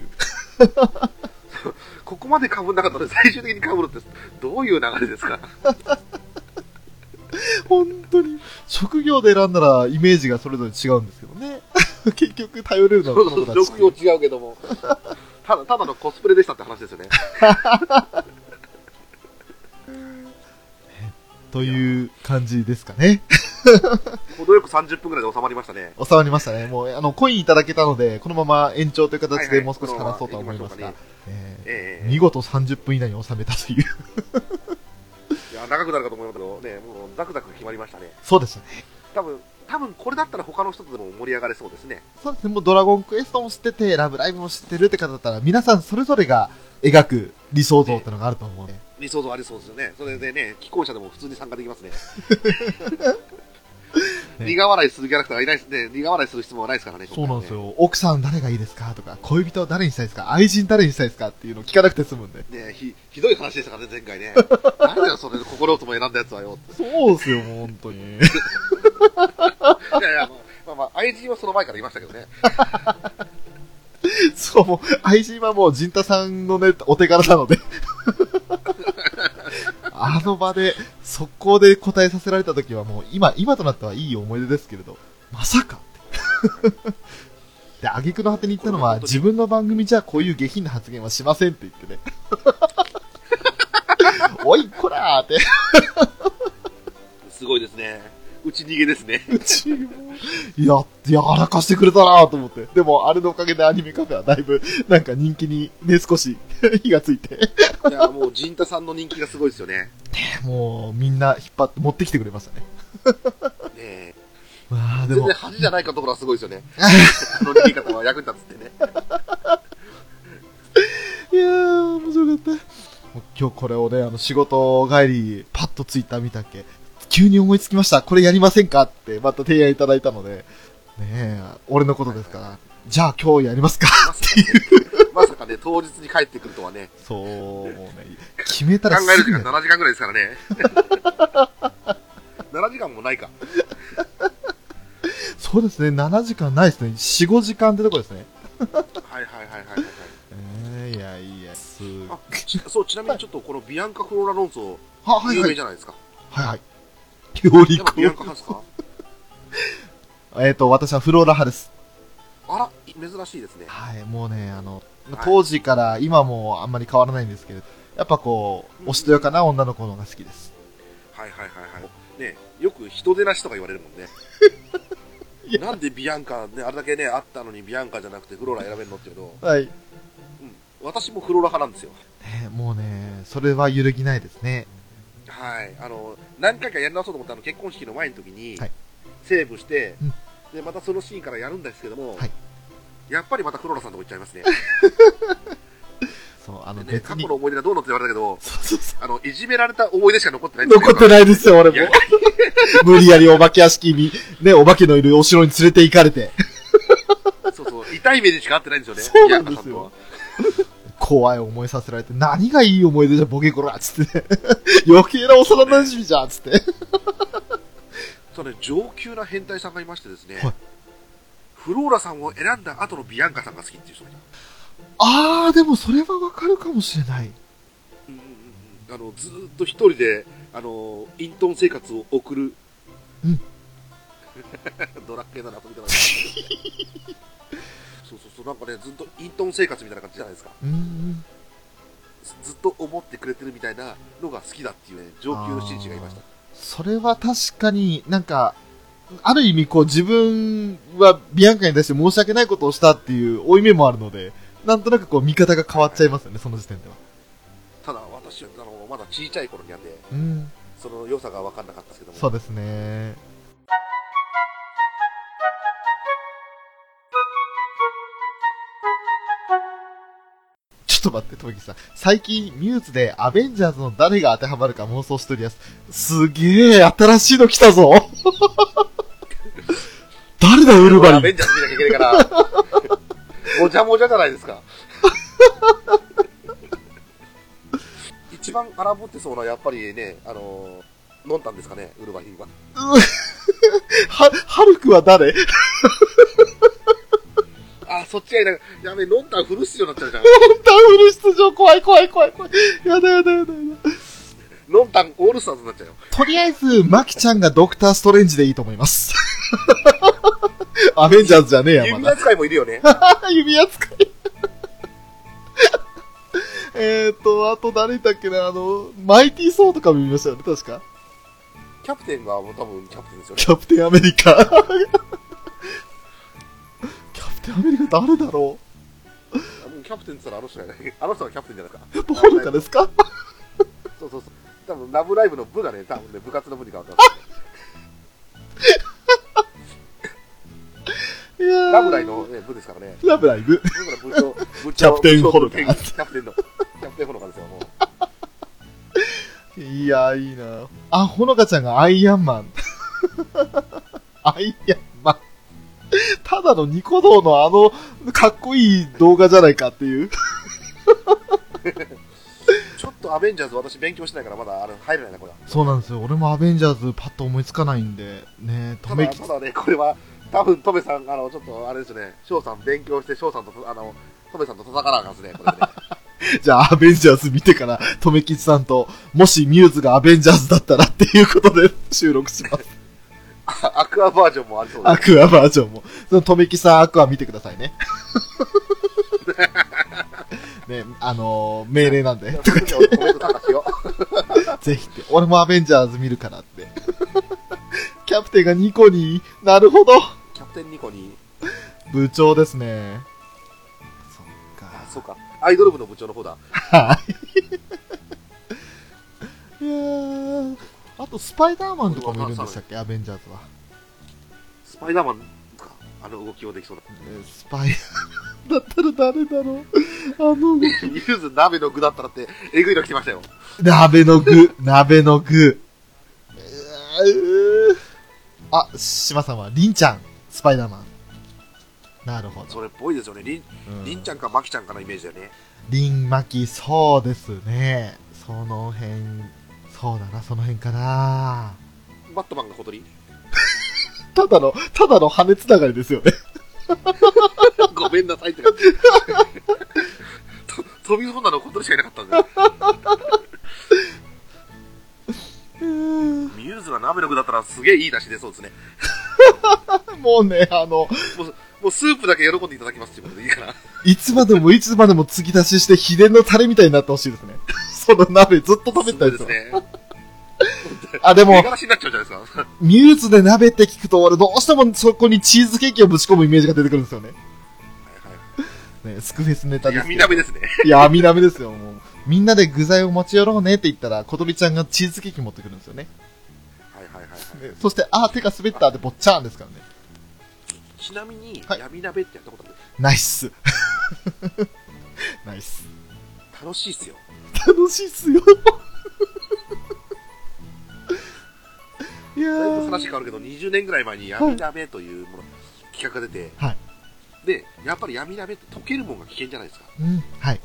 S3: ここまで被んなかったので、最終的に被るって、どういう流れですか
S2: 本当に。職業で選んだらイメージがそれぞれ違うんですけどね。結局頼れるのはこの子たち
S3: 職業違うけども。 [LAUGHS] ただ、ただのコスプレでしたって話ですよね。
S2: という感じですかね。
S3: 程よく30分くらいで収まりましたね。
S2: 収まりましたね。もう、あの、コインいただけたので、このまま延長という形
S3: はい
S2: で
S3: はい
S2: もう少し話そうとは思います
S3: このま
S2: が
S3: ま行き、
S2: え
S3: え
S2: ー
S3: え
S2: 見事30分以内に収めたという。
S3: いや、長くなるかと思いますけど、ね、もうザクザク決まりましたね。
S2: そうでしたね。
S3: 多分、多分これだったら他の人とでも盛り上がれそうですね。
S2: そうですね。もうドラゴンクエストも知ってて、ラブライブも知ってるって方だったら、皆さんそれぞれが描く理想像ってのがあると思うので、
S3: 理想像ありそうですよね。それでね、既婚者でも普通に参加できますね。
S2: [LAUGHS] ね
S3: 苦笑いするキャラクターがいないですね。苦笑いする質問はないですからね。
S2: そうなんです
S3: 今
S2: よ。奥さん誰がいいですかとか、恋人は誰にしたいですか愛人誰にしたいですかっていうのを聞かなくて済むんで。
S3: 回ね。ねひ、ひどい話でしたからね、前回ね。 [LAUGHS] 誰だよ、それ、心をとも選んだやつはよ。
S2: そうですよ、もう本当に。
S3: いやいや、まあまあ、まあ、愛人はその前から言いましたけどね。
S2: [LAUGHS] そう、もう、愛人はもう、陣太さんのね、お手柄なの [LAUGHS] で。あの場で、速攻で答えさせられた時はもう、今、今となってはいい思い出ですけれど、まさかって。 [LAUGHS] で、挙句の果てに言ったのは、自分の番組じゃこういう下品な発言はしませんって言ってね。 [LAUGHS] おい、こらーって。
S3: すごいですね。打ち逃げですね。
S2: うちもや、やらかしてくれたなと思って。でも、あれのおかげでアニメカフェはだいぶ、なんか人気にね、少し火がついて。
S3: いや、もう、陣太さんの人気がすごいですよね。
S2: もう、みんな引っ張って、持ってきてくれましたね。
S3: ねえ
S2: まあ、で
S3: 全
S2: も
S3: 然、恥じゃないかところはすごいですよね。あの逃げ方は役に立つってね。
S2: いやー、面白かった。もう今日これをね、あの、仕事帰り、パッとツイッター見たっけ、急に思いつきました、これやりませんかって、また提案いただいたので、ねえ、俺のことですから、じゃあ今日やりますか
S3: まさかね、まさかね、当日に帰ってくるとはね、
S2: そう、もうね、決めた
S3: 考
S2: らす
S3: える時
S2: ぐ
S3: 間
S2: やる。
S3: 7時間ぐらいですからね。7時間もないか。
S2: そうですね、7時間ないですね、4、5時間ってとこですね。
S3: はいはいはいはいはい。
S2: えー、いやいや、す
S3: あちそう、ちなみにちょっとこのビアンカ・フローラ論争、
S2: あ、はい
S3: 有
S2: は
S3: 名
S2: い。
S3: じゃないですか。
S2: はいはい。料理
S3: やっぱビアン
S2: 校。
S3: カ派ですか
S2: えっと、私はフローラ派です。
S3: あら、珍しいですね。
S2: はい、もうね、あの
S3: はい、
S2: 当時から今もあんまり変わらないんですけれど、やっぱこう、おしとやかな女の子の方が好きです。
S3: はいはいはいはい。ね、よく人出なしとか言われるもん
S2: [LAUGHS]
S3: ね。なんでビアンカ、ね、あれだけね、あったのにビアンカじゃなくてフローラ選べるのって言うと、
S2: はい。ね、
S3: 私もフローラ派なんですよ。
S2: もうね、それは揺るぎないですね。
S3: はい、あの何回かやり直そうと思ったあの結婚式の前の時に、
S2: はい
S3: セーブして、
S2: うん
S3: でまたそのシーンからやるんですけども、
S2: はい
S3: やっぱりまた黒田さんのとこ行っちゃいますね
S2: [LAUGHS] そう、あの、
S3: でね
S2: 別
S3: 過
S2: に
S3: 去の。思い出がどうのって言われたけど
S2: そうそうそ
S3: あのいじめられた思い出しか残って
S2: [LAUGHS]
S3: な
S2: う。
S3: いんですよ
S2: 残ってないですよ、俺も。無理やりお化け屋敷に、ね、お化けのいるお城に連れて行かれて、
S3: そうそう、痛い目でしか会ってないんですよね。
S2: そうなんですよ
S3: 平川さとは
S2: 怖い思いさせられて、何がいい思い出じゃボケこらつってね。 [LAUGHS] 余計な幼馴染じゃんつって。
S3: そのね上級な変態さんがいましてですね、
S2: はい
S3: フローラさんを選んだ後のビアンカさんが好きっていう人がいた
S2: あー、でもそれはわかるかもしれない。
S3: あのずーっと一人であのイントーン生活を送る、
S2: うん
S3: [LAUGHS] ドラッケーだなとみ [LAUGHS] たいなそうそうそうなんかねずっとイントーン生活みたいな感じじゃないですか
S2: うん。
S3: ずずっと思ってくれてるみたいなのが好きだっていうね上級の紳士がいました
S2: それは確かになんか、ある意味こう自分はビアンカに対して申し訳ないことをしたっていう負い目もあるので、なんとなくこう見方が変わっちゃいますよね、その時点では。
S3: ただ私はあのまだ小さい頃にやって
S2: うん。
S3: その良さが分かんなかったですけども
S2: そうですね。ちょっと待って、トムキさん。最近、ミューズでアベンジャーズの誰が当てはまるか妄想しておりやす。すげえ、新しいの来たぞ [LAUGHS] 誰だ、ウル
S3: 俺は
S2: バ
S3: アベ
S2: リン
S3: ンジャーズ見なきゃいけないから。もじゃもじゃじゃないですか。一番荒ぶってそうな、やっぱりね、あのー、飲んだんですかね、ウルバリンは。
S2: は、ハルクは誰 [LAUGHS]
S3: あ、そっちがいない。やべえ、飲んだフル出場になっちゃうじゃ
S2: [LAUGHS]
S3: ん。
S2: ダブル出場、怖い怖い怖い怖い。やだやだやだやだ。
S3: 飲んだんオールスターズになっちゃうよ。
S2: とりあえず、マキちゃんがドクターストレンジでいいと思います。アベンジャーズじゃねえや、ま
S3: 指
S2: だ。
S3: 扱いもいるよね。
S2: 指
S3: [LAUGHS]
S2: 扱い。えっと、あと誰だっけな、あの、マイティーソーとかも見ましたよね、確か。
S3: キャプテンがもう多分キャプテンですよね
S2: キ。ャプテンアメリカ。キャプテンアメリカ誰だろ
S3: あもうキャプテンって言ったらあの人じゃない。あの人がキャプテンじゃないです
S2: う
S3: か。
S2: どうかですか
S3: そうそうそう。多分、ラブライブの部がね、多分ね、部活の部に変わった。
S2: いやー
S3: ラブライの、ね、部ですからね。
S2: ラブライブ。
S3: 僕ら部
S2: [LAUGHS]
S3: 長、部長
S2: キャプテンホルガー
S3: 部長キャプテンの、キャプテンホルガーですよ、もう。
S2: いやー、いいなあ、ほのかちゃんがアイアン [LAUGHS] マン。アイアンマン。ただのニコ動のあの、かっこいい動画じゃないかっていう。
S3: ちょっとアベンジャーズ私勉強してないからまだあれ入れないな、これは。
S2: そうなんですよ。俺もアベンジャーズパッと思いつかないんで、ね
S3: た
S2: とめ
S3: だ、
S2: き
S3: ただね、これは、多分トメさん、あの、ちょっとあれですね、翔さん勉強して、翔さんと、あの、トメさんと戦わなあかんですね、
S2: [LAUGHS]
S3: これね。
S2: じゃあ、アベンジャーズ見てから、とめきちさんと、もしミューズがアベンジャーズだったらっていうことで収録し [LAUGHS] ます。
S3: あアクアバージョンもありそうで
S2: ア
S3: す。
S2: クアバージョンも。そのとめきさん、アクア見てください [LAUGHS] ね。ね、あのー命令なんで、
S3: 特に俺コメント高しよ
S2: ぜひって。俺もアベンジャーズ見るからって。 [LAUGHS] キャプテンがニコになるほど。
S3: キャプテンニコに、
S2: 部長ですね。そっか
S3: あそうか、アイドル部の部長の方だ。
S2: いやーあとスパイダーマンとかもいるんでしたっけアベンジャーズは、
S3: スパイダーマンか、あの動きをできそうだ。
S2: えースパイ [LAUGHS] だったら誰だろうあの
S3: ユーズ鍋の具だったらって、えぐいの来てましたよ。
S2: 鍋の具鍋の具うーあ島さんはリンちゃんスパイダーマンなるほど
S3: それっぽいですよね。りん、
S2: うん
S3: りんちゃんかまきちゃんかのイメージだよね。
S2: リンマキそうですねその辺そうだなその辺かな
S3: バットマンが小鳥
S2: ただのただの羽つながりですよね
S3: ごめんなさいって感じ。と飛び込んだのことしかいなかったんだよ。ミューズが鍋の具だったらすげえいい出汁出そうですね。
S2: [LAUGHS] もうねあの
S3: もう、もうスープだけ喜んでいただきますっていうことでいいかな。
S2: いつまでもいつまでも継ぎ足しして秘伝のタレみたいになってほしいですね。 [LAUGHS] その鍋ずっと食べてたい
S3: そ
S2: で
S3: うですす
S2: ね。
S3: ね。
S2: あ、で
S3: 手
S2: も、
S3: がらしになっちゃうじゃないですか。
S2: ミューズで鍋って聞くと俺どうしてもそこにチーズケーキをぶち込むイメージが出てくるんですよね。ねスクフェスネタですけ
S3: 闇
S2: ど。
S3: 鍋ですね。
S2: いや、闇鍋ですよ、もう。みんなで具材を持ち寄ろうねって言ったら、小鳥ちゃんがチーズケーキ持ってくるんですよね。
S3: はいはいはいはい。
S2: ね [LAUGHS] そして、あー、手が滑ったってぼっちゃんですからね。
S3: ちなみに、
S2: はい
S3: 闇鍋ってやったことある
S2: ナイス。 [LAUGHS] ナイス。
S3: 楽しいっすよ。
S2: [LAUGHS] 楽しいっすよ。いや
S3: だいぶ話変わるけど、20年ぐらい前に闇鍋というもの、企画が出て、
S2: はい
S3: で、やっぱり闇鍋って溶けるもんが危険じゃないですか。
S2: うん、はい。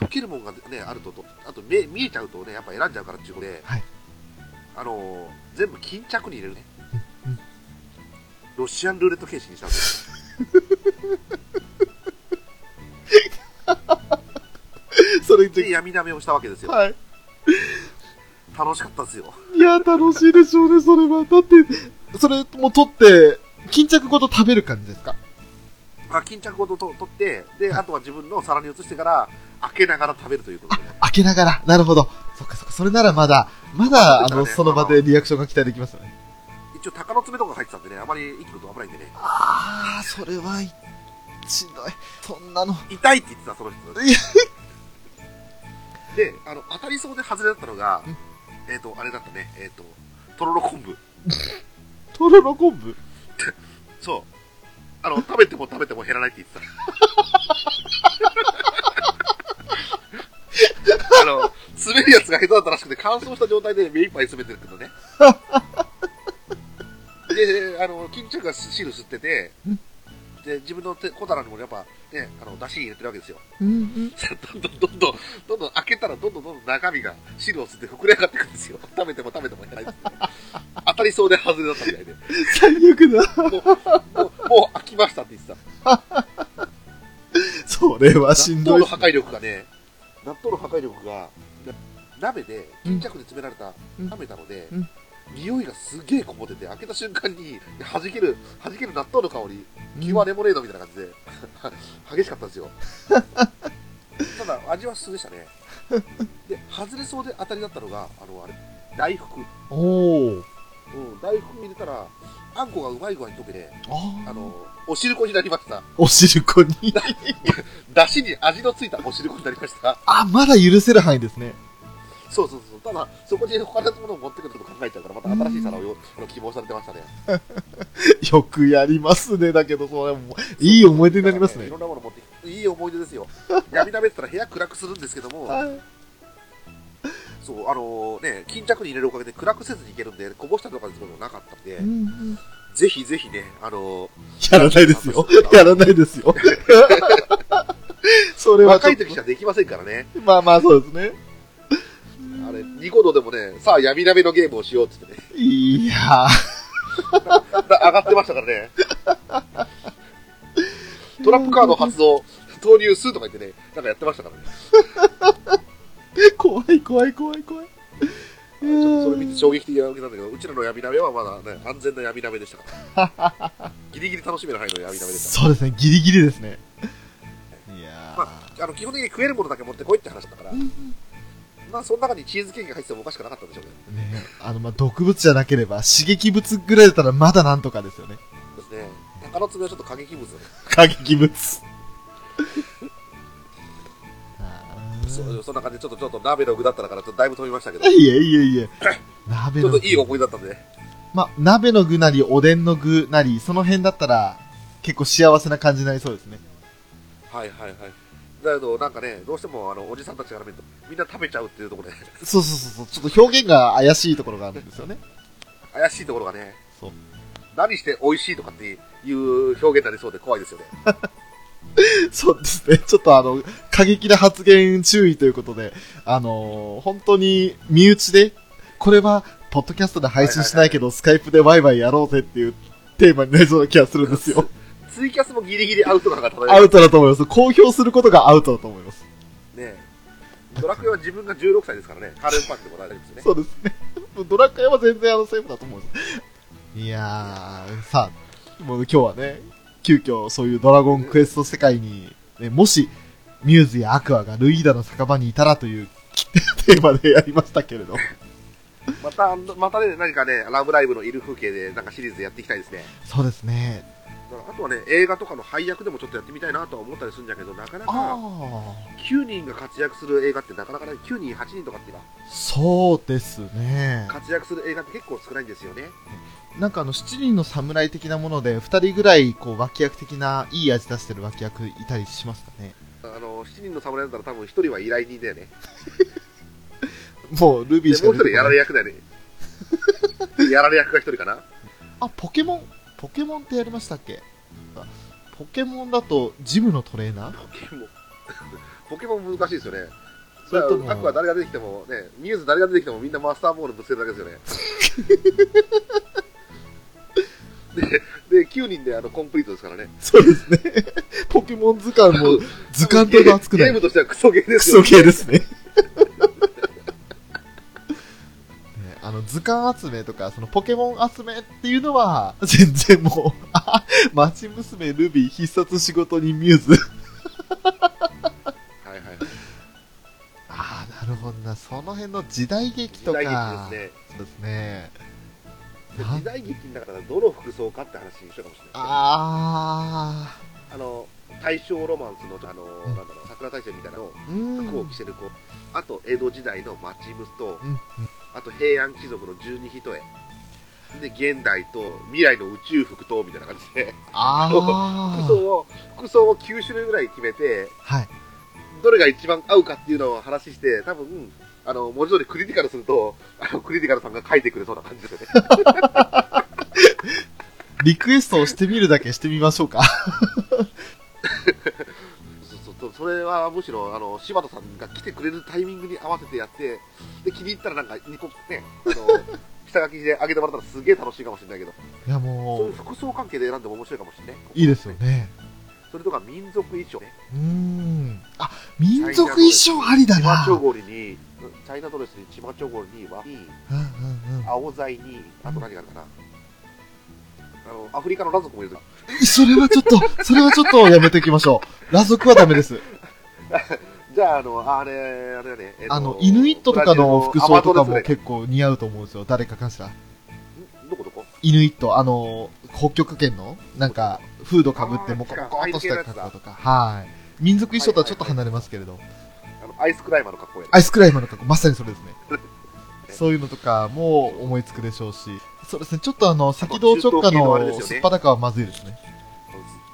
S3: うん、溶けるもんがね、あるとと、あと目見えちゃうとね、やっぱ選んじゃうからっていうことで、
S2: はい
S3: あのー全部巾着に入れるね
S2: うんうん。
S3: ロシアンルーレット形式にしたんですよ。
S2: それ [LAUGHS]
S3: で、闇鍋をしたわけですよ。
S2: はい。
S3: 楽しかったですよ。
S2: いや、楽しいでしょうね、それは。だって、それも取って、巾着ごと食べる感じですか
S3: まあ、巾着ごとと取って、で、あとは自分の皿に移してから、開けながら食べるということでね。
S2: 開けながら。なるほど。そっかそっか、それならまだ、まだ、あ
S3: そう
S2: の、
S3: ですね
S2: その場でリアクションが期待できますよね。
S3: 一応、鷹の爪とかが入ってたんでね、あまり生きると危ないんでね。
S2: あー、それは、いしんどい。そんなの。
S3: 痛いって言ってた、その人
S2: いや。
S3: で、あの、当たりそうで外れだったのが
S2: うん、
S3: えっ、と、あれだったね、えっ、と、とろろ昆布。
S2: とろろ昆布
S3: そう。あの、食べても食べても減らないって言ってた。あの、滑るやつが下手だったらしくて、乾燥した状態で目いっぱい滑ってるけどね。で、あの、巾着が汁吸ってて、で、自分の手小皿にもやっぱ、ね、あの、出汁入れてるわけですよ。
S2: うんうん。
S3: どんどんどんどん、どんどん開けたら、どんどんどんどん中身が汁を吸って膨れ上がってくるんですよ。食べても食べても減らないですね。当たりそうで外れだったみたいで。
S2: 最悪だ。
S3: もう、もう、もう飽きましたって言ってた。
S2: [LAUGHS] それはしん
S3: 納
S2: ど
S3: 豆
S2: い
S3: の。破壊力がね、納豆の破壊力が、な鍋で巾着で詰められた、
S2: うん
S3: 舐めたので、
S2: うん
S3: 匂いがすげえこぼれてて、開けた瞬間に弾ける、弾ける納豆の香り、キュアレモネードみたいな感じで、 [LAUGHS] 激しかったんで
S2: [LAUGHS]
S3: すよ。ただ、味は普通でしたね。で、外れそうで当たりだったのが、あの、あれ、大福。
S2: おー。
S3: うん、大福入れたら、あんこがうまい具合に溶けて、
S2: あ
S3: あの、お汁粉になりました。
S2: お汁粉に。
S3: だしに味のついたお汁粉になりました。
S2: あ、まだ許せる範囲ですね。 [LAUGHS]
S3: そうそうそう、ただ、そこに他のものを持ってくること考えちゃうから、また新しい皿をよあの希望されてましたね。
S2: よくやりますね。だけど、それも、いい思い出になります
S3: い
S2: ね
S3: ろ。んなもの持ってきて、いい思い出ですよ。闇鍋って言ったら部屋暗くするんですけども、
S2: はい
S3: そう、あのね、巾着に入れるおかげで暗くせずにいけるんで、こぼしたりとかすることもなかったんで
S2: う、んうん
S3: ぜひぜひね、あの
S2: やらないですよ。やらないですよ。 [LAUGHS] それは
S3: 若
S2: ちょ
S3: い
S2: っと
S3: 時じゃできませんからね、
S2: まあまあそうですね。
S3: あれ、ニコ動でもね、さあ闇鍋のゲームをしようって言ってね、 [LAUGHS]
S2: いや
S3: だ上がってましたか
S2: [LAUGHS]
S3: らね。トラップカード
S2: [LAUGHS]
S3: 発動、投入数とか言ってね、なんかやってましたからね。
S2: ー、怖い怖い怖い怖い。
S3: ちょっとそれ見て衝撃的なわけなんだけど、うちらの闇鍋はまだね、安全な闇鍋でした
S2: [LAUGHS]
S3: から。ギリギリ楽しめる範囲の闇鍋でした。
S2: そうですね、ギリギリですね。いやー、
S3: まあの、基本的に食えるものだけ持ってこいって話だったから、まあ、その中にチーズケーキが入っててもおかしくなかったんでしょうね。
S2: ね、あの、まあ、毒物じゃなければ、刺激物ぐらいだったらまだなんとかですよね。
S3: ですね。鷹の爪はちょっと過激物だね。
S2: 過激物。あー
S3: そうそんな感じで、ちょっとちょっと鍋の具だったから、ちょっとだいぶ飛びましたけど、ち
S2: いえいえいえ。鍋
S3: ょ
S2: の
S3: っといい思いだったんでね。
S2: まあ、鍋の具なり、おでんの具なり、その辺だったら、結構幸せな感じになりそうですね。
S3: はいはいはい。だけど、なんかね、どうしても、あの、おじさんたちから見ると、みんな食べちゃうっていうところで、 [LAUGHS]
S2: そうそうそうそう、ちょっと表現が怪しいところがあるんですよね。
S3: 怪しいところがね、
S2: そう。
S3: 何して美味しいとかっていう表現になりそうで怖いですよね。
S2: そうですね。ち [LAUGHS] ょっとあの、過激な発言注意ということで、あのー本当に身内で、これは、ポッドキャストで配信しないけど、スカイプでワイワイやろうぜっていうテーマになりそうな気がするんですよ。
S3: ツイキャスもギリギリアウト感が漂
S2: ア
S3: う。
S2: ウトだと思います。公表することがアウトだと思います。
S3: ねえドラクエは自分が16歳ですからね、カレンパンでも大丈夫ですよね。
S2: そうですね。ドラクエは全然あのセーフだと思うんです。いやー、さあ、もう今日はね、急遽そういうドラゴンクエスト世界に、ね、もし、ミューズやアクアがルイーダの酒場にいたらというテーマでやりましたけれど。
S3: また、またね、何かね、ラブライブのいる風景で、なんかシリーズやっていきたいですね。
S2: そうですね。
S3: だからあとはね、映画とかの配役でもちょっとやってみたいなとは思ったりするんだけど、なかなか
S2: あ
S3: 9人が活躍する映画ってなかなかね、9人、8人とかっていうのは
S2: あ、そうですね。
S3: 活躍する映画って結構少ないんですよね。
S2: なんかあの、7人の侍的なもので、2人ぐらい、こう、脇役的な、いい味出してる脇役いたりしますかね。
S3: あの、7人の侍だったら多分1人は依頼人だよね。
S2: もう、ルビ
S3: で
S2: ーしか
S3: もう
S2: 出
S3: 1
S2: てこな
S3: 人
S2: [LAUGHS]
S3: や
S2: い
S3: られ役だよね。でやられ役が一人かな
S2: あ、ポケモンポケモンってやりましたっけあポケモンだとジムのトレーナー
S3: ポケモン [LAUGHS] ポケモン難しいですよね
S2: それとも
S3: だからアクア誰が出てきてもねミューズ誰が出てきてもみんなマスターボールぶつけるだけですよ
S2: [LAUGHS]
S3: ねでで9人であのコンプリートですからね
S2: そうです [LAUGHS] ね。ポケモン図鑑も図鑑とか熱くな
S3: ゲーム
S2: い。
S3: としてはクソゲーで
S2: ク
S3: すよ
S2: ソゲーですね。ねあの図鑑集めとか、そのポケモン集めっていうのは、全然もう、 [LAUGHS] あ町娘ルビー必殺仕事にミューズ。
S3: はいはいはい
S2: ああ、なるほどな。その辺の時代劇
S3: 時
S2: とか。
S3: 代劇ですね
S2: そうですね。
S3: で
S2: なん
S3: 時代劇の中でどの服装かって話にしたかもしれない
S2: あ
S3: あの大正ロマンスのあの、
S2: うん
S3: なんだろう桜大戦みたいなのを
S2: あ、うん。
S3: 服を着せる子、あと江戸時代の町ブスと、
S2: うんうん
S3: あと平安貴族の十二人絵で現代と未来の宇宙服とみたいな感じで
S2: あ
S3: 服
S2: あ、
S3: 装を服装を9種類ぐらい決めて
S2: はい。
S3: どれが一番合うかっていうのを話して多分あの文字通りクリティカルするとあのクリティカルさんが書いてくれそうな感じです
S2: [LAUGHS]
S3: よね
S2: リクエストをしてみるだけしてみましょうか。
S3: そうそうそれはむしろあの柴田さんが来てくれるタイミングに合わせてやってで気に入ったらなんか2個ね
S2: [LAUGHS]
S3: あの下書きで上げてもらったらすげえ楽しいかもしれないけど
S2: いや、
S3: そう
S2: も
S3: いう
S2: う、
S3: 服装関係で選んでも面白いかもしれない
S2: いいですよね。
S3: それとか民族衣装ね
S2: うーん。あ、民族衣装ありだ
S3: チマ
S2: な。
S3: チョゴリにチャイナドレスにチマチョゴリにワに
S2: うんうんうん。
S3: 青材にあと何があるかなあのアフリカのラ族もいるぞ
S2: それはちょっと、それはちょっとやめておきましょう。裸族はダメです。
S3: じゃああのあれあれだね、えっと
S2: あの、イヌイットとかの服装とかも結構似合うと思うんですよ。誰かかしら。
S3: んどこどこ
S2: イヌイット、あの、北極圏の、なんか、フードかぶって
S3: あー
S2: モコモコっとした
S3: 近い
S2: 格好とか。はい。民族衣装とはちょっと離れますけれど。
S3: あのアイスクライマーの格好やね
S2: アイスクライマーの格好、まさにそれです
S3: [LAUGHS]
S2: ね。そういうのとかも思いつくでしょうし、そうですね、ちょっとあの、赤道直下
S3: 中東系のあれで
S2: の
S3: すよね
S2: すっぱだかはまずいですね。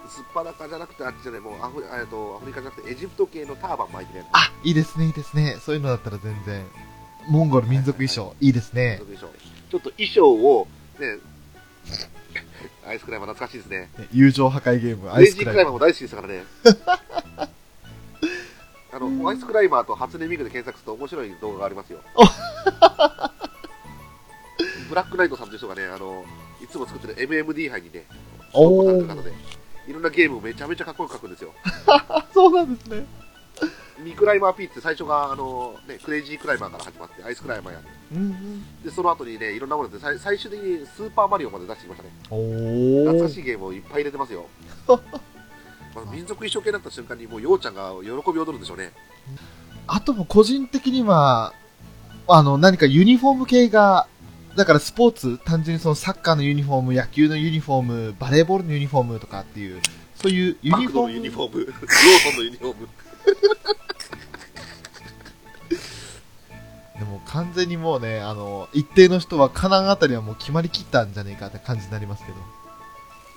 S3: すすっぱだかじゃなくてあっちじゃないもうアフリえっとアフリカじゃなくてエジプト系のターバン巻いてね
S2: あ、いいですね、いいですね。そういうのだったら全然。モンゴル民族衣装、いいですね。
S3: 民族衣装ちょっと衣装をね [LAUGHS] アイスクライマー懐かしいですね
S2: 友情破壊ゲーム、ア
S3: レ
S2: イ
S3: イ
S2: スク
S3: ジー
S2: ライ
S3: クライ
S2: マ
S3: マー
S2: ー。
S3: も大好きですか
S2: [LAUGHS]
S3: らね。あの、アイスクライマーと初音ミクで検索すると面白い動画がありますよ。ブラックナイトさんという人がね、あの、いつも作ってる MMD 杯にね、
S2: お
S3: なんか
S2: ー
S3: で、いろんなゲームをめちゃめちゃかっこよく書くんですよ。
S2: あ、そうなんですね。
S3: ミクライマー P って最初が、あの、ね、クレイジークライマーから始まって、アイスクライマーやって、
S2: うんうん。
S3: で、その後にね、いろんなもので、最最終的にスーパーマリオまで出してきましたね。
S2: お
S3: 懐かし
S2: ー。
S3: いゲームをいっぱい入れてます [LAUGHS] よ。まあ、民族衣装系になった瞬間に、もう、ようちゃんが喜び踊るんでしょうね。
S2: あとも個人的には、あの、何かユニフォーム系が、だからスポーツ、単純にそのサッカーのユニフォーム、野球のユニフォーム、バレーボールのユニフォームとかっていう、そういうユ
S3: マ
S2: ニ
S3: ク
S2: フォー
S3: ド
S2: ム。
S3: のユニフォーム、ロ [LAUGHS] ーソンのユニフォーム。
S2: でも完全にもうね、あの、一定の人はカナンあたりはもう決まりきったんじゃねえかって感じになりますけど。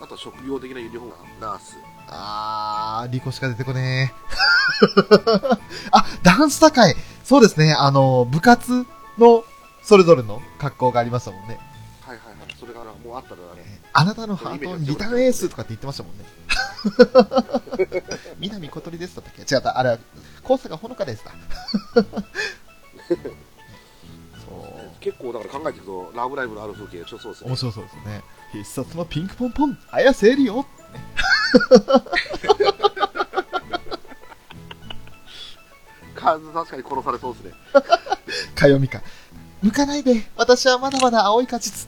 S3: あとは職業的なユニフォームがナース。
S2: あー、リコしか出てこねえ。 [LAUGHS] あ、ダンス高いそうですね、あの、部活のそれぞれの格好がありましたもんね。
S3: はいはいはい。それがなもうあったらね。
S2: あなたのハートリターンエースとかって言ってましたもんね。南小鳥ですだったっけ違った、あれは、高坂ほのかですか。そう。
S3: 結構だから考えていくと、ラブライブのある風景、ちょそうですね
S2: 面。白そうですね。必殺のピンクポンポン、綾瀬エリオ
S3: 感じ確かに殺されそうですね。
S2: かよみか。向かないで、私はまだまだ青い果実。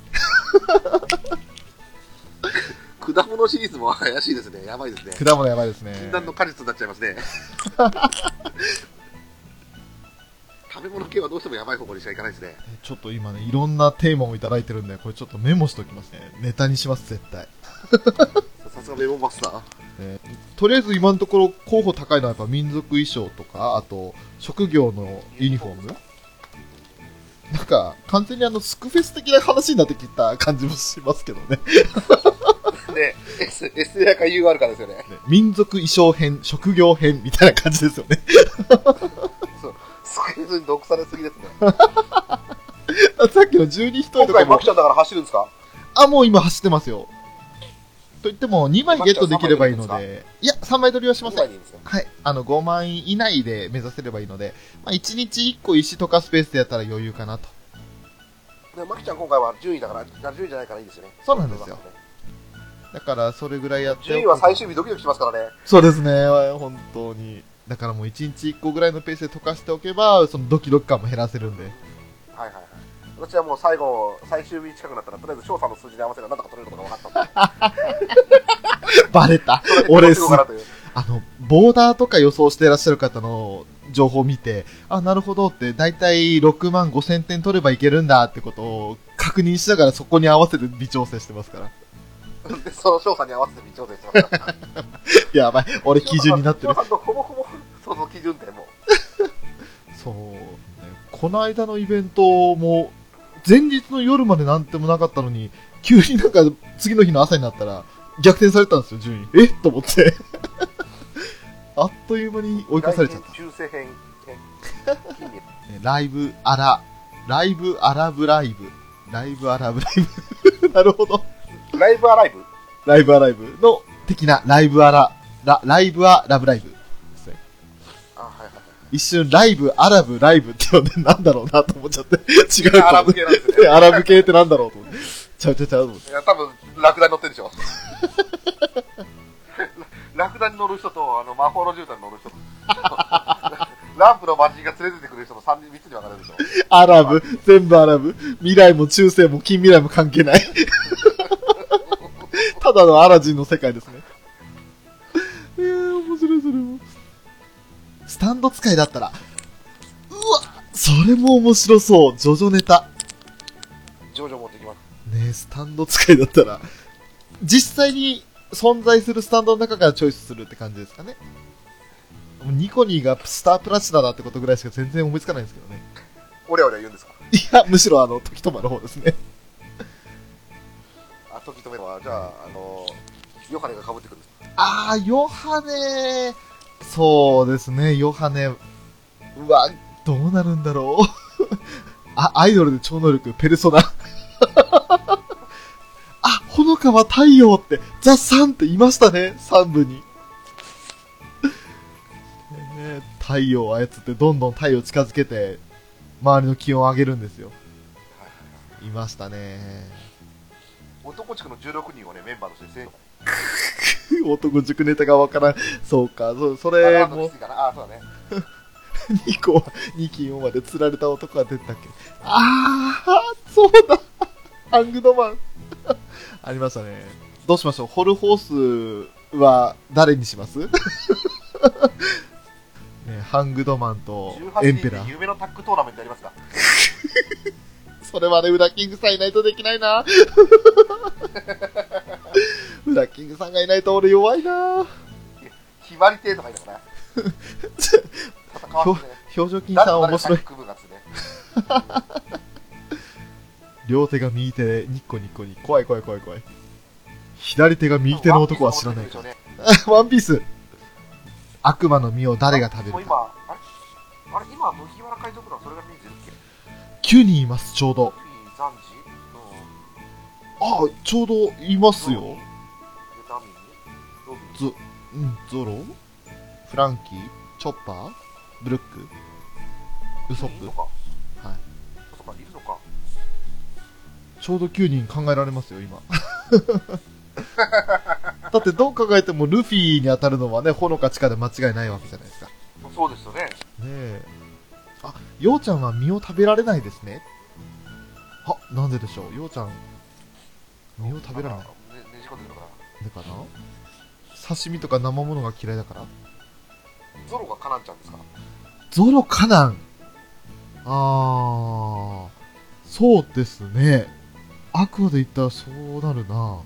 S3: 果物シリーズも怪しいですね。やばいですね。
S2: 果物やばいですね。
S3: 禁断の果実になっちゃいます [LAUGHS] ね。食べ物系はどうしてもやばい方向にしかいかないですね。
S2: ちょっと今ね、いろんなテーマをいただいてるんで、これちょっとメモしておきますね。ネタにします、絶対。
S3: さすがメモマスター。
S2: えーとりあえず今のところ候補高いのはやっぱ民族衣装とか、あと、職業のユニフォームなんか、完全にあの、スクフェス的な話になってきた感じもしますけどね。
S3: で、S、S やか UR かですよね。 [LAUGHS]
S2: ね民族衣装編、職業編みたいな感じですよね。 [LAUGHS]
S3: そう。スクーズに毒されすぎですね。
S2: さっきの12人
S3: 今
S2: とか
S3: 回マ
S2: も
S3: キ、ちゃんだから走るんですか
S2: あ、もう今走ってますよ。と言っても、2枚ゲットできればいいの
S3: マキ
S2: で、いや、3枚取りはしま
S3: 今
S2: せん
S3: 回。でいいんですか
S2: はい。あの、5枚以内で目指せればいいので、まあ、1日1個石とかスペースでやったら余裕かなと。
S3: でマキちゃん今回は10位だから、あ10位じゃないからいいですよね。
S2: そうなんですよ。だから、それぐらいやっておく
S3: 10位は最終日ドキドキしますからね。
S2: そうですね、本当に。だからもう1日1個ぐらいのペースで溶かしておけば、そのドキドキ感も減らせるんで。
S3: はいはいはい。私はもう最後、最終日近くなったら、とりあえず翔さんの数字に合わせればなんとか取れることが分かったんで
S2: バレた
S3: それで
S2: [LAUGHS] 俺す
S3: どうしようかなという
S2: あの、ボーダーとか予想してらっしゃる方の情報を見て、あ、なるほどって、だいたい6万5千点取ればいけるんだってことを確認しながらそこに合わせて微調整してます [LAUGHS] から。
S3: でその翔さんに合わせて微調整してました。
S2: やばい、俺 [LAUGHS] 基準になってる
S3: 翔。さんとほぼほぼ、その基準点も。
S2: そう、ね。この間のイベントも、前日の夜までなんてもなかったのに、急になんか次の日の朝になったら、逆転されたんですよ、順位。えと思 [LAUGHS] って。あっという間に追い返されちゃった。
S3: 来年中世編、え近年
S2: ねライブアラ、ライブアラブライブ、ライブアラブライブ。 [LAUGHS] なるほど。
S3: ライブアライブ
S2: ライブアライブの的なライブアラ、ラライブアラブライブですね。
S3: あ、はいはい。
S2: 一瞬ライブアラブライブって呼んでなんだろうなと思っちゃって。違うと思って
S3: アラブ系なんですね
S2: い [LAUGHS] やアラブ系ってなんだろうと思って。ちゃうちゃうちゃうと思って。
S3: いや、多分、ラクダに乗ってるでしょ。 [LAUGHS] ララクダに乗る人と、あの、魔法の絨毯に乗る人と。 [LAUGHS] ランプの魔人が連れてってくれる人も3人、3つに分かれるでしょ。
S2: アラブ、全部アラブ。未来も中世も近未来も関係ない。 [LAUGHS] ただのアラジンの世界ですね。えー、面白いそれも。スタンド使いだったら、うわ、それも面白そう。ジョジョネタ。
S3: ジョジョ持ってきます。
S2: ねえスタンド使いだったら、実際に存在するスタンドの中からチョイスするって感じですかね。もうニコニーがスタープラチナだってことぐらいしか全然思いつかないんですけどね。
S3: オレオレ言うんですか
S2: いや、むしろあの、時止まる方ですね。
S3: あ、時止めは、じゃあ、あの、ヨハネが被ってくるんです。
S2: あー、ヨハネそうですね、ヨハネ。うわ、どうなるんだろう。 [LAUGHS] あ、アイドルで超能力、ペルソナ。 [LAUGHS] あ、ほのかは太陽って、ザ・サンっていましたね、三部に。ねえ太陽を操って、どんどん太陽近づけて、周りの気温を上げるんですよ。いましたね。 [LAUGHS]
S3: 男地区の16人をね、メンバーとして全員。
S2: 男塾ネタがわからん。そうか、そそ
S3: あ
S2: れ
S3: あの
S2: も
S3: きつ。いかな。あ、そうだね。
S2: 2個は2金4まで釣られた男が出てたっけああそうだハングドマンありましたねどうしましょうホルホースは誰にしますねハングドマンとエ
S3: 18
S2: ンペラ
S3: 人で
S2: ー
S3: 夢のタッグトーナメントやりますか。
S2: それまでウラキングさんいないとできないなウラキングさんがいないと俺弱いな
S3: 決まりてとか言いながら。 [LAUGHS] 戦わせてね。
S2: 表情筋さん面白い
S3: 誰と誰がタッグ組むかっつってね。
S2: 両手が右手でニッコニッコに怖い怖い怖い怖い左手が右手の男は知らないから
S3: ワンピース持ってるでしょうね
S2: [LAUGHS] ワンピース。悪魔の実を誰が食
S3: も
S2: べ
S3: う
S2: るか。
S3: 今、あれ、あれ今、麦わら海賊団、それが見えてるっけ
S2: 9人います、ちょうど。
S3: フィー、ザンジ、
S2: ああ、ちょうどいます
S3: ロ
S2: よ
S3: ビン。でダミー、ロビン、
S2: ゾ、うん、ゾロフランキーチョッパーブルックウソッ
S3: い
S2: プ
S3: るのか。
S2: はい。
S3: そっか、いるのか。
S2: ちょうど9人考えられますよ、今。 [LAUGHS] だってどう考えてもルフィに当たるのはね、ほのか地下で間違いないわけじゃないですか。ね
S3: そうですよね。
S2: え。あ、ようちゃんは実を食べられないですね。あ、なんででしょう。ようちゃん、実を食べられない
S3: んか。ねねじ込んでるのか
S2: だから刺身とか生ものが嫌いだから
S3: な。ゾロがカナンちゃんですか
S2: ゾロカナンあーそうですねアクアで言ったらそうなるな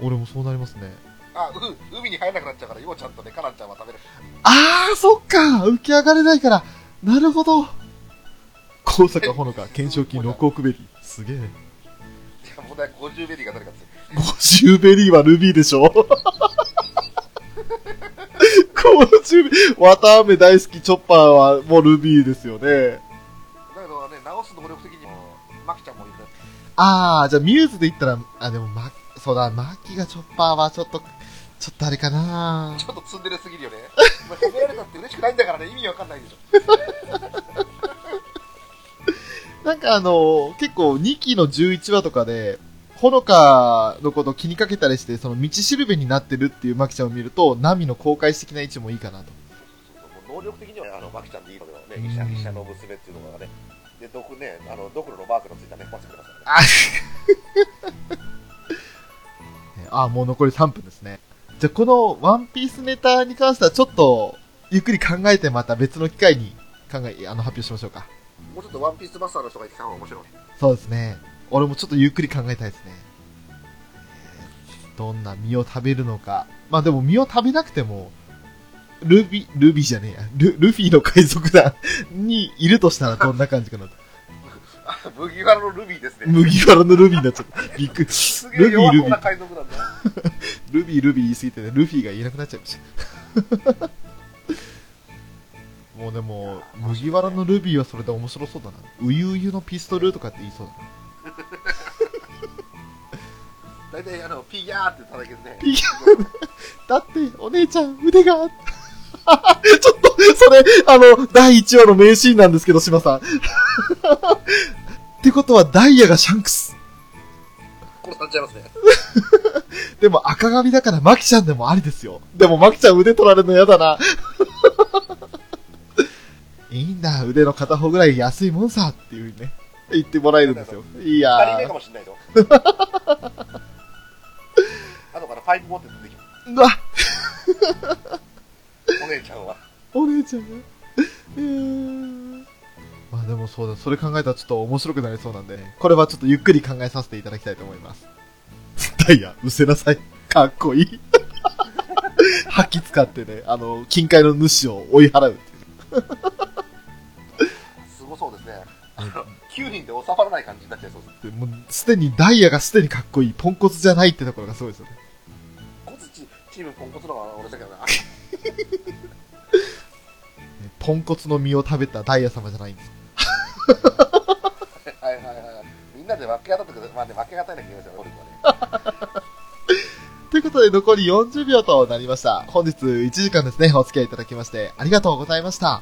S2: 俺もそうなりますね
S3: あ、う、海に入らなくなっちゃうから、ようちゃんとね、カナンちゃんは食べる。 [LAUGHS]
S2: あーそっか浮き上がれないからなるほど高坂ほのか懸賞金6億ベリーすげえ
S3: いや、問題は50ベリーが誰かって。
S2: 50ベリーはルビーで [LAUGHS] しょ50ベリー、綿飴大好きチョッパーはもうルビーですよね。
S3: だけどね、直す能力的時にも、マキちゃんもいるな
S2: ああ、じゃあミューズで言ったら、あ、でも、ま、そうだ、マキがチョッパーはちょっと、ちょっとあれかな
S3: ちょっとツンデレすぎるよね。お前褒められたって嬉しくないんだからね、意味わかんないでしょ。
S2: なんかあの、結構2期の11話とかで、ほのかのことを気にかけたりして、その道しるべになってるっていうマキちゃんを見ると、ナミの公開的な位置もいいかなと。
S3: もう能力的にはねあのマキちゃんでいいのだよ
S2: うん
S3: ね、医者医者の娘っていうのがね、でドクねあのドクロのマークのついたね、マスクだからね。
S2: ああ、もう残り3分ですね。じゃあこのワンピースネタに関してはちょっと、ゆっくり考えてまた別の機会に考え、あの、発表しましょうか。
S3: もうちょっとワンピースマスターの人がいてた方が面白いね。
S2: そうですね。俺もちょっとゆっくり考えたいですね。えーどんな実を食べるのか。まあでも実を食べなくても、ルビ、ルビじゃねえや。ル、ルフィの海賊団 [LAUGHS] にいるとしたらどんな感じかな。
S3: [LAUGHS] あ麦わらのルビーですね。
S2: 麦わらのルビーになっちゃった。びっくり。
S3: すげえ
S2: ルビー、
S3: 弱
S2: ル
S3: そう
S2: ビ
S3: な
S2: ー。
S3: 海賊なんだよ。
S2: ルビー、ルビー言いすぎてね、ルフィが言えなくなっちゃいました。 [LAUGHS] もうでも、麦わらのルビーはそれで面白そうだな。うゆうゆのピストルとかって言いそうだな。
S3: 大体あのピギャーって叩けるね。
S2: ピギだって、お姉ちゃん、腕が。 [LAUGHS] ちょっと、それ、あの、第1話の名シーンなんですけど、島さん。 [LAUGHS] ってことは、ダイヤがシャンクス。
S3: 殺されちゃいますね。
S2: でも、赤髪だから、マキちゃんでもありですよ。でも、マキちゃん腕取られるの嫌だな。 [LAUGHS] いいんだ、腕の片方ぐらい安いもんさ、っていうね。言ってもらえるんですよ。い
S3: 二人目
S2: やー。
S3: かもしれないぞ。あとからパイプ持って出てき
S2: う
S3: ま
S2: わ、
S3: す。お姉ちゃんは。
S2: お姉ちゃんが。えーまあでもそうだ、それ考えたらちょっと面白くなりそうなんで、これはちょっとゆっくり考えさせていただきたいと思い [LAUGHS] ます。ダイヤ、うせなさい。かっこい [LAUGHS] い。吐き使ってね、あの、近海の主を追い払うっていう。
S3: すごそうですね。あの9人で収まらない感じになっちゃいそうです。
S2: でもうすでにダイヤがすでにかっこいい。ポンコツじゃないってところがすごいですよね。
S3: コツチチームポンコツの方が俺だけどな。
S2: ポンコツの実を食べたダイヤ様じゃないんです。
S3: はいはいはい。みんなで分け合ったとか、まあね、分け合たいなきゃいけないですよ、俺もね。
S2: ということで残り40秒となりました。本日1時間ですね、お付き合いいただきましてありがとうございました。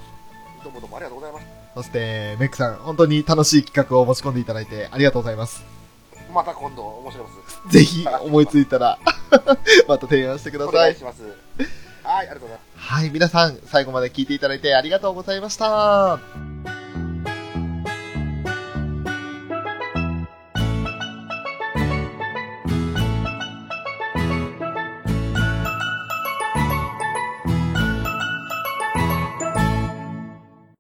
S3: どうもどうもありがとうございます。
S2: そして、メックさん、本当に楽しい企画を持ち込んでいただいてありがとうございます。
S3: また今度、面白いで
S2: ぜ
S3: す。
S2: ひ、思いついたら、 [LAUGHS] また提案してくだ
S3: お
S2: さ
S3: 願い
S2: い。
S3: します。はい、ありがとうございます。
S2: はい、皆さん、最後まで聞いていただいてありがとうございました。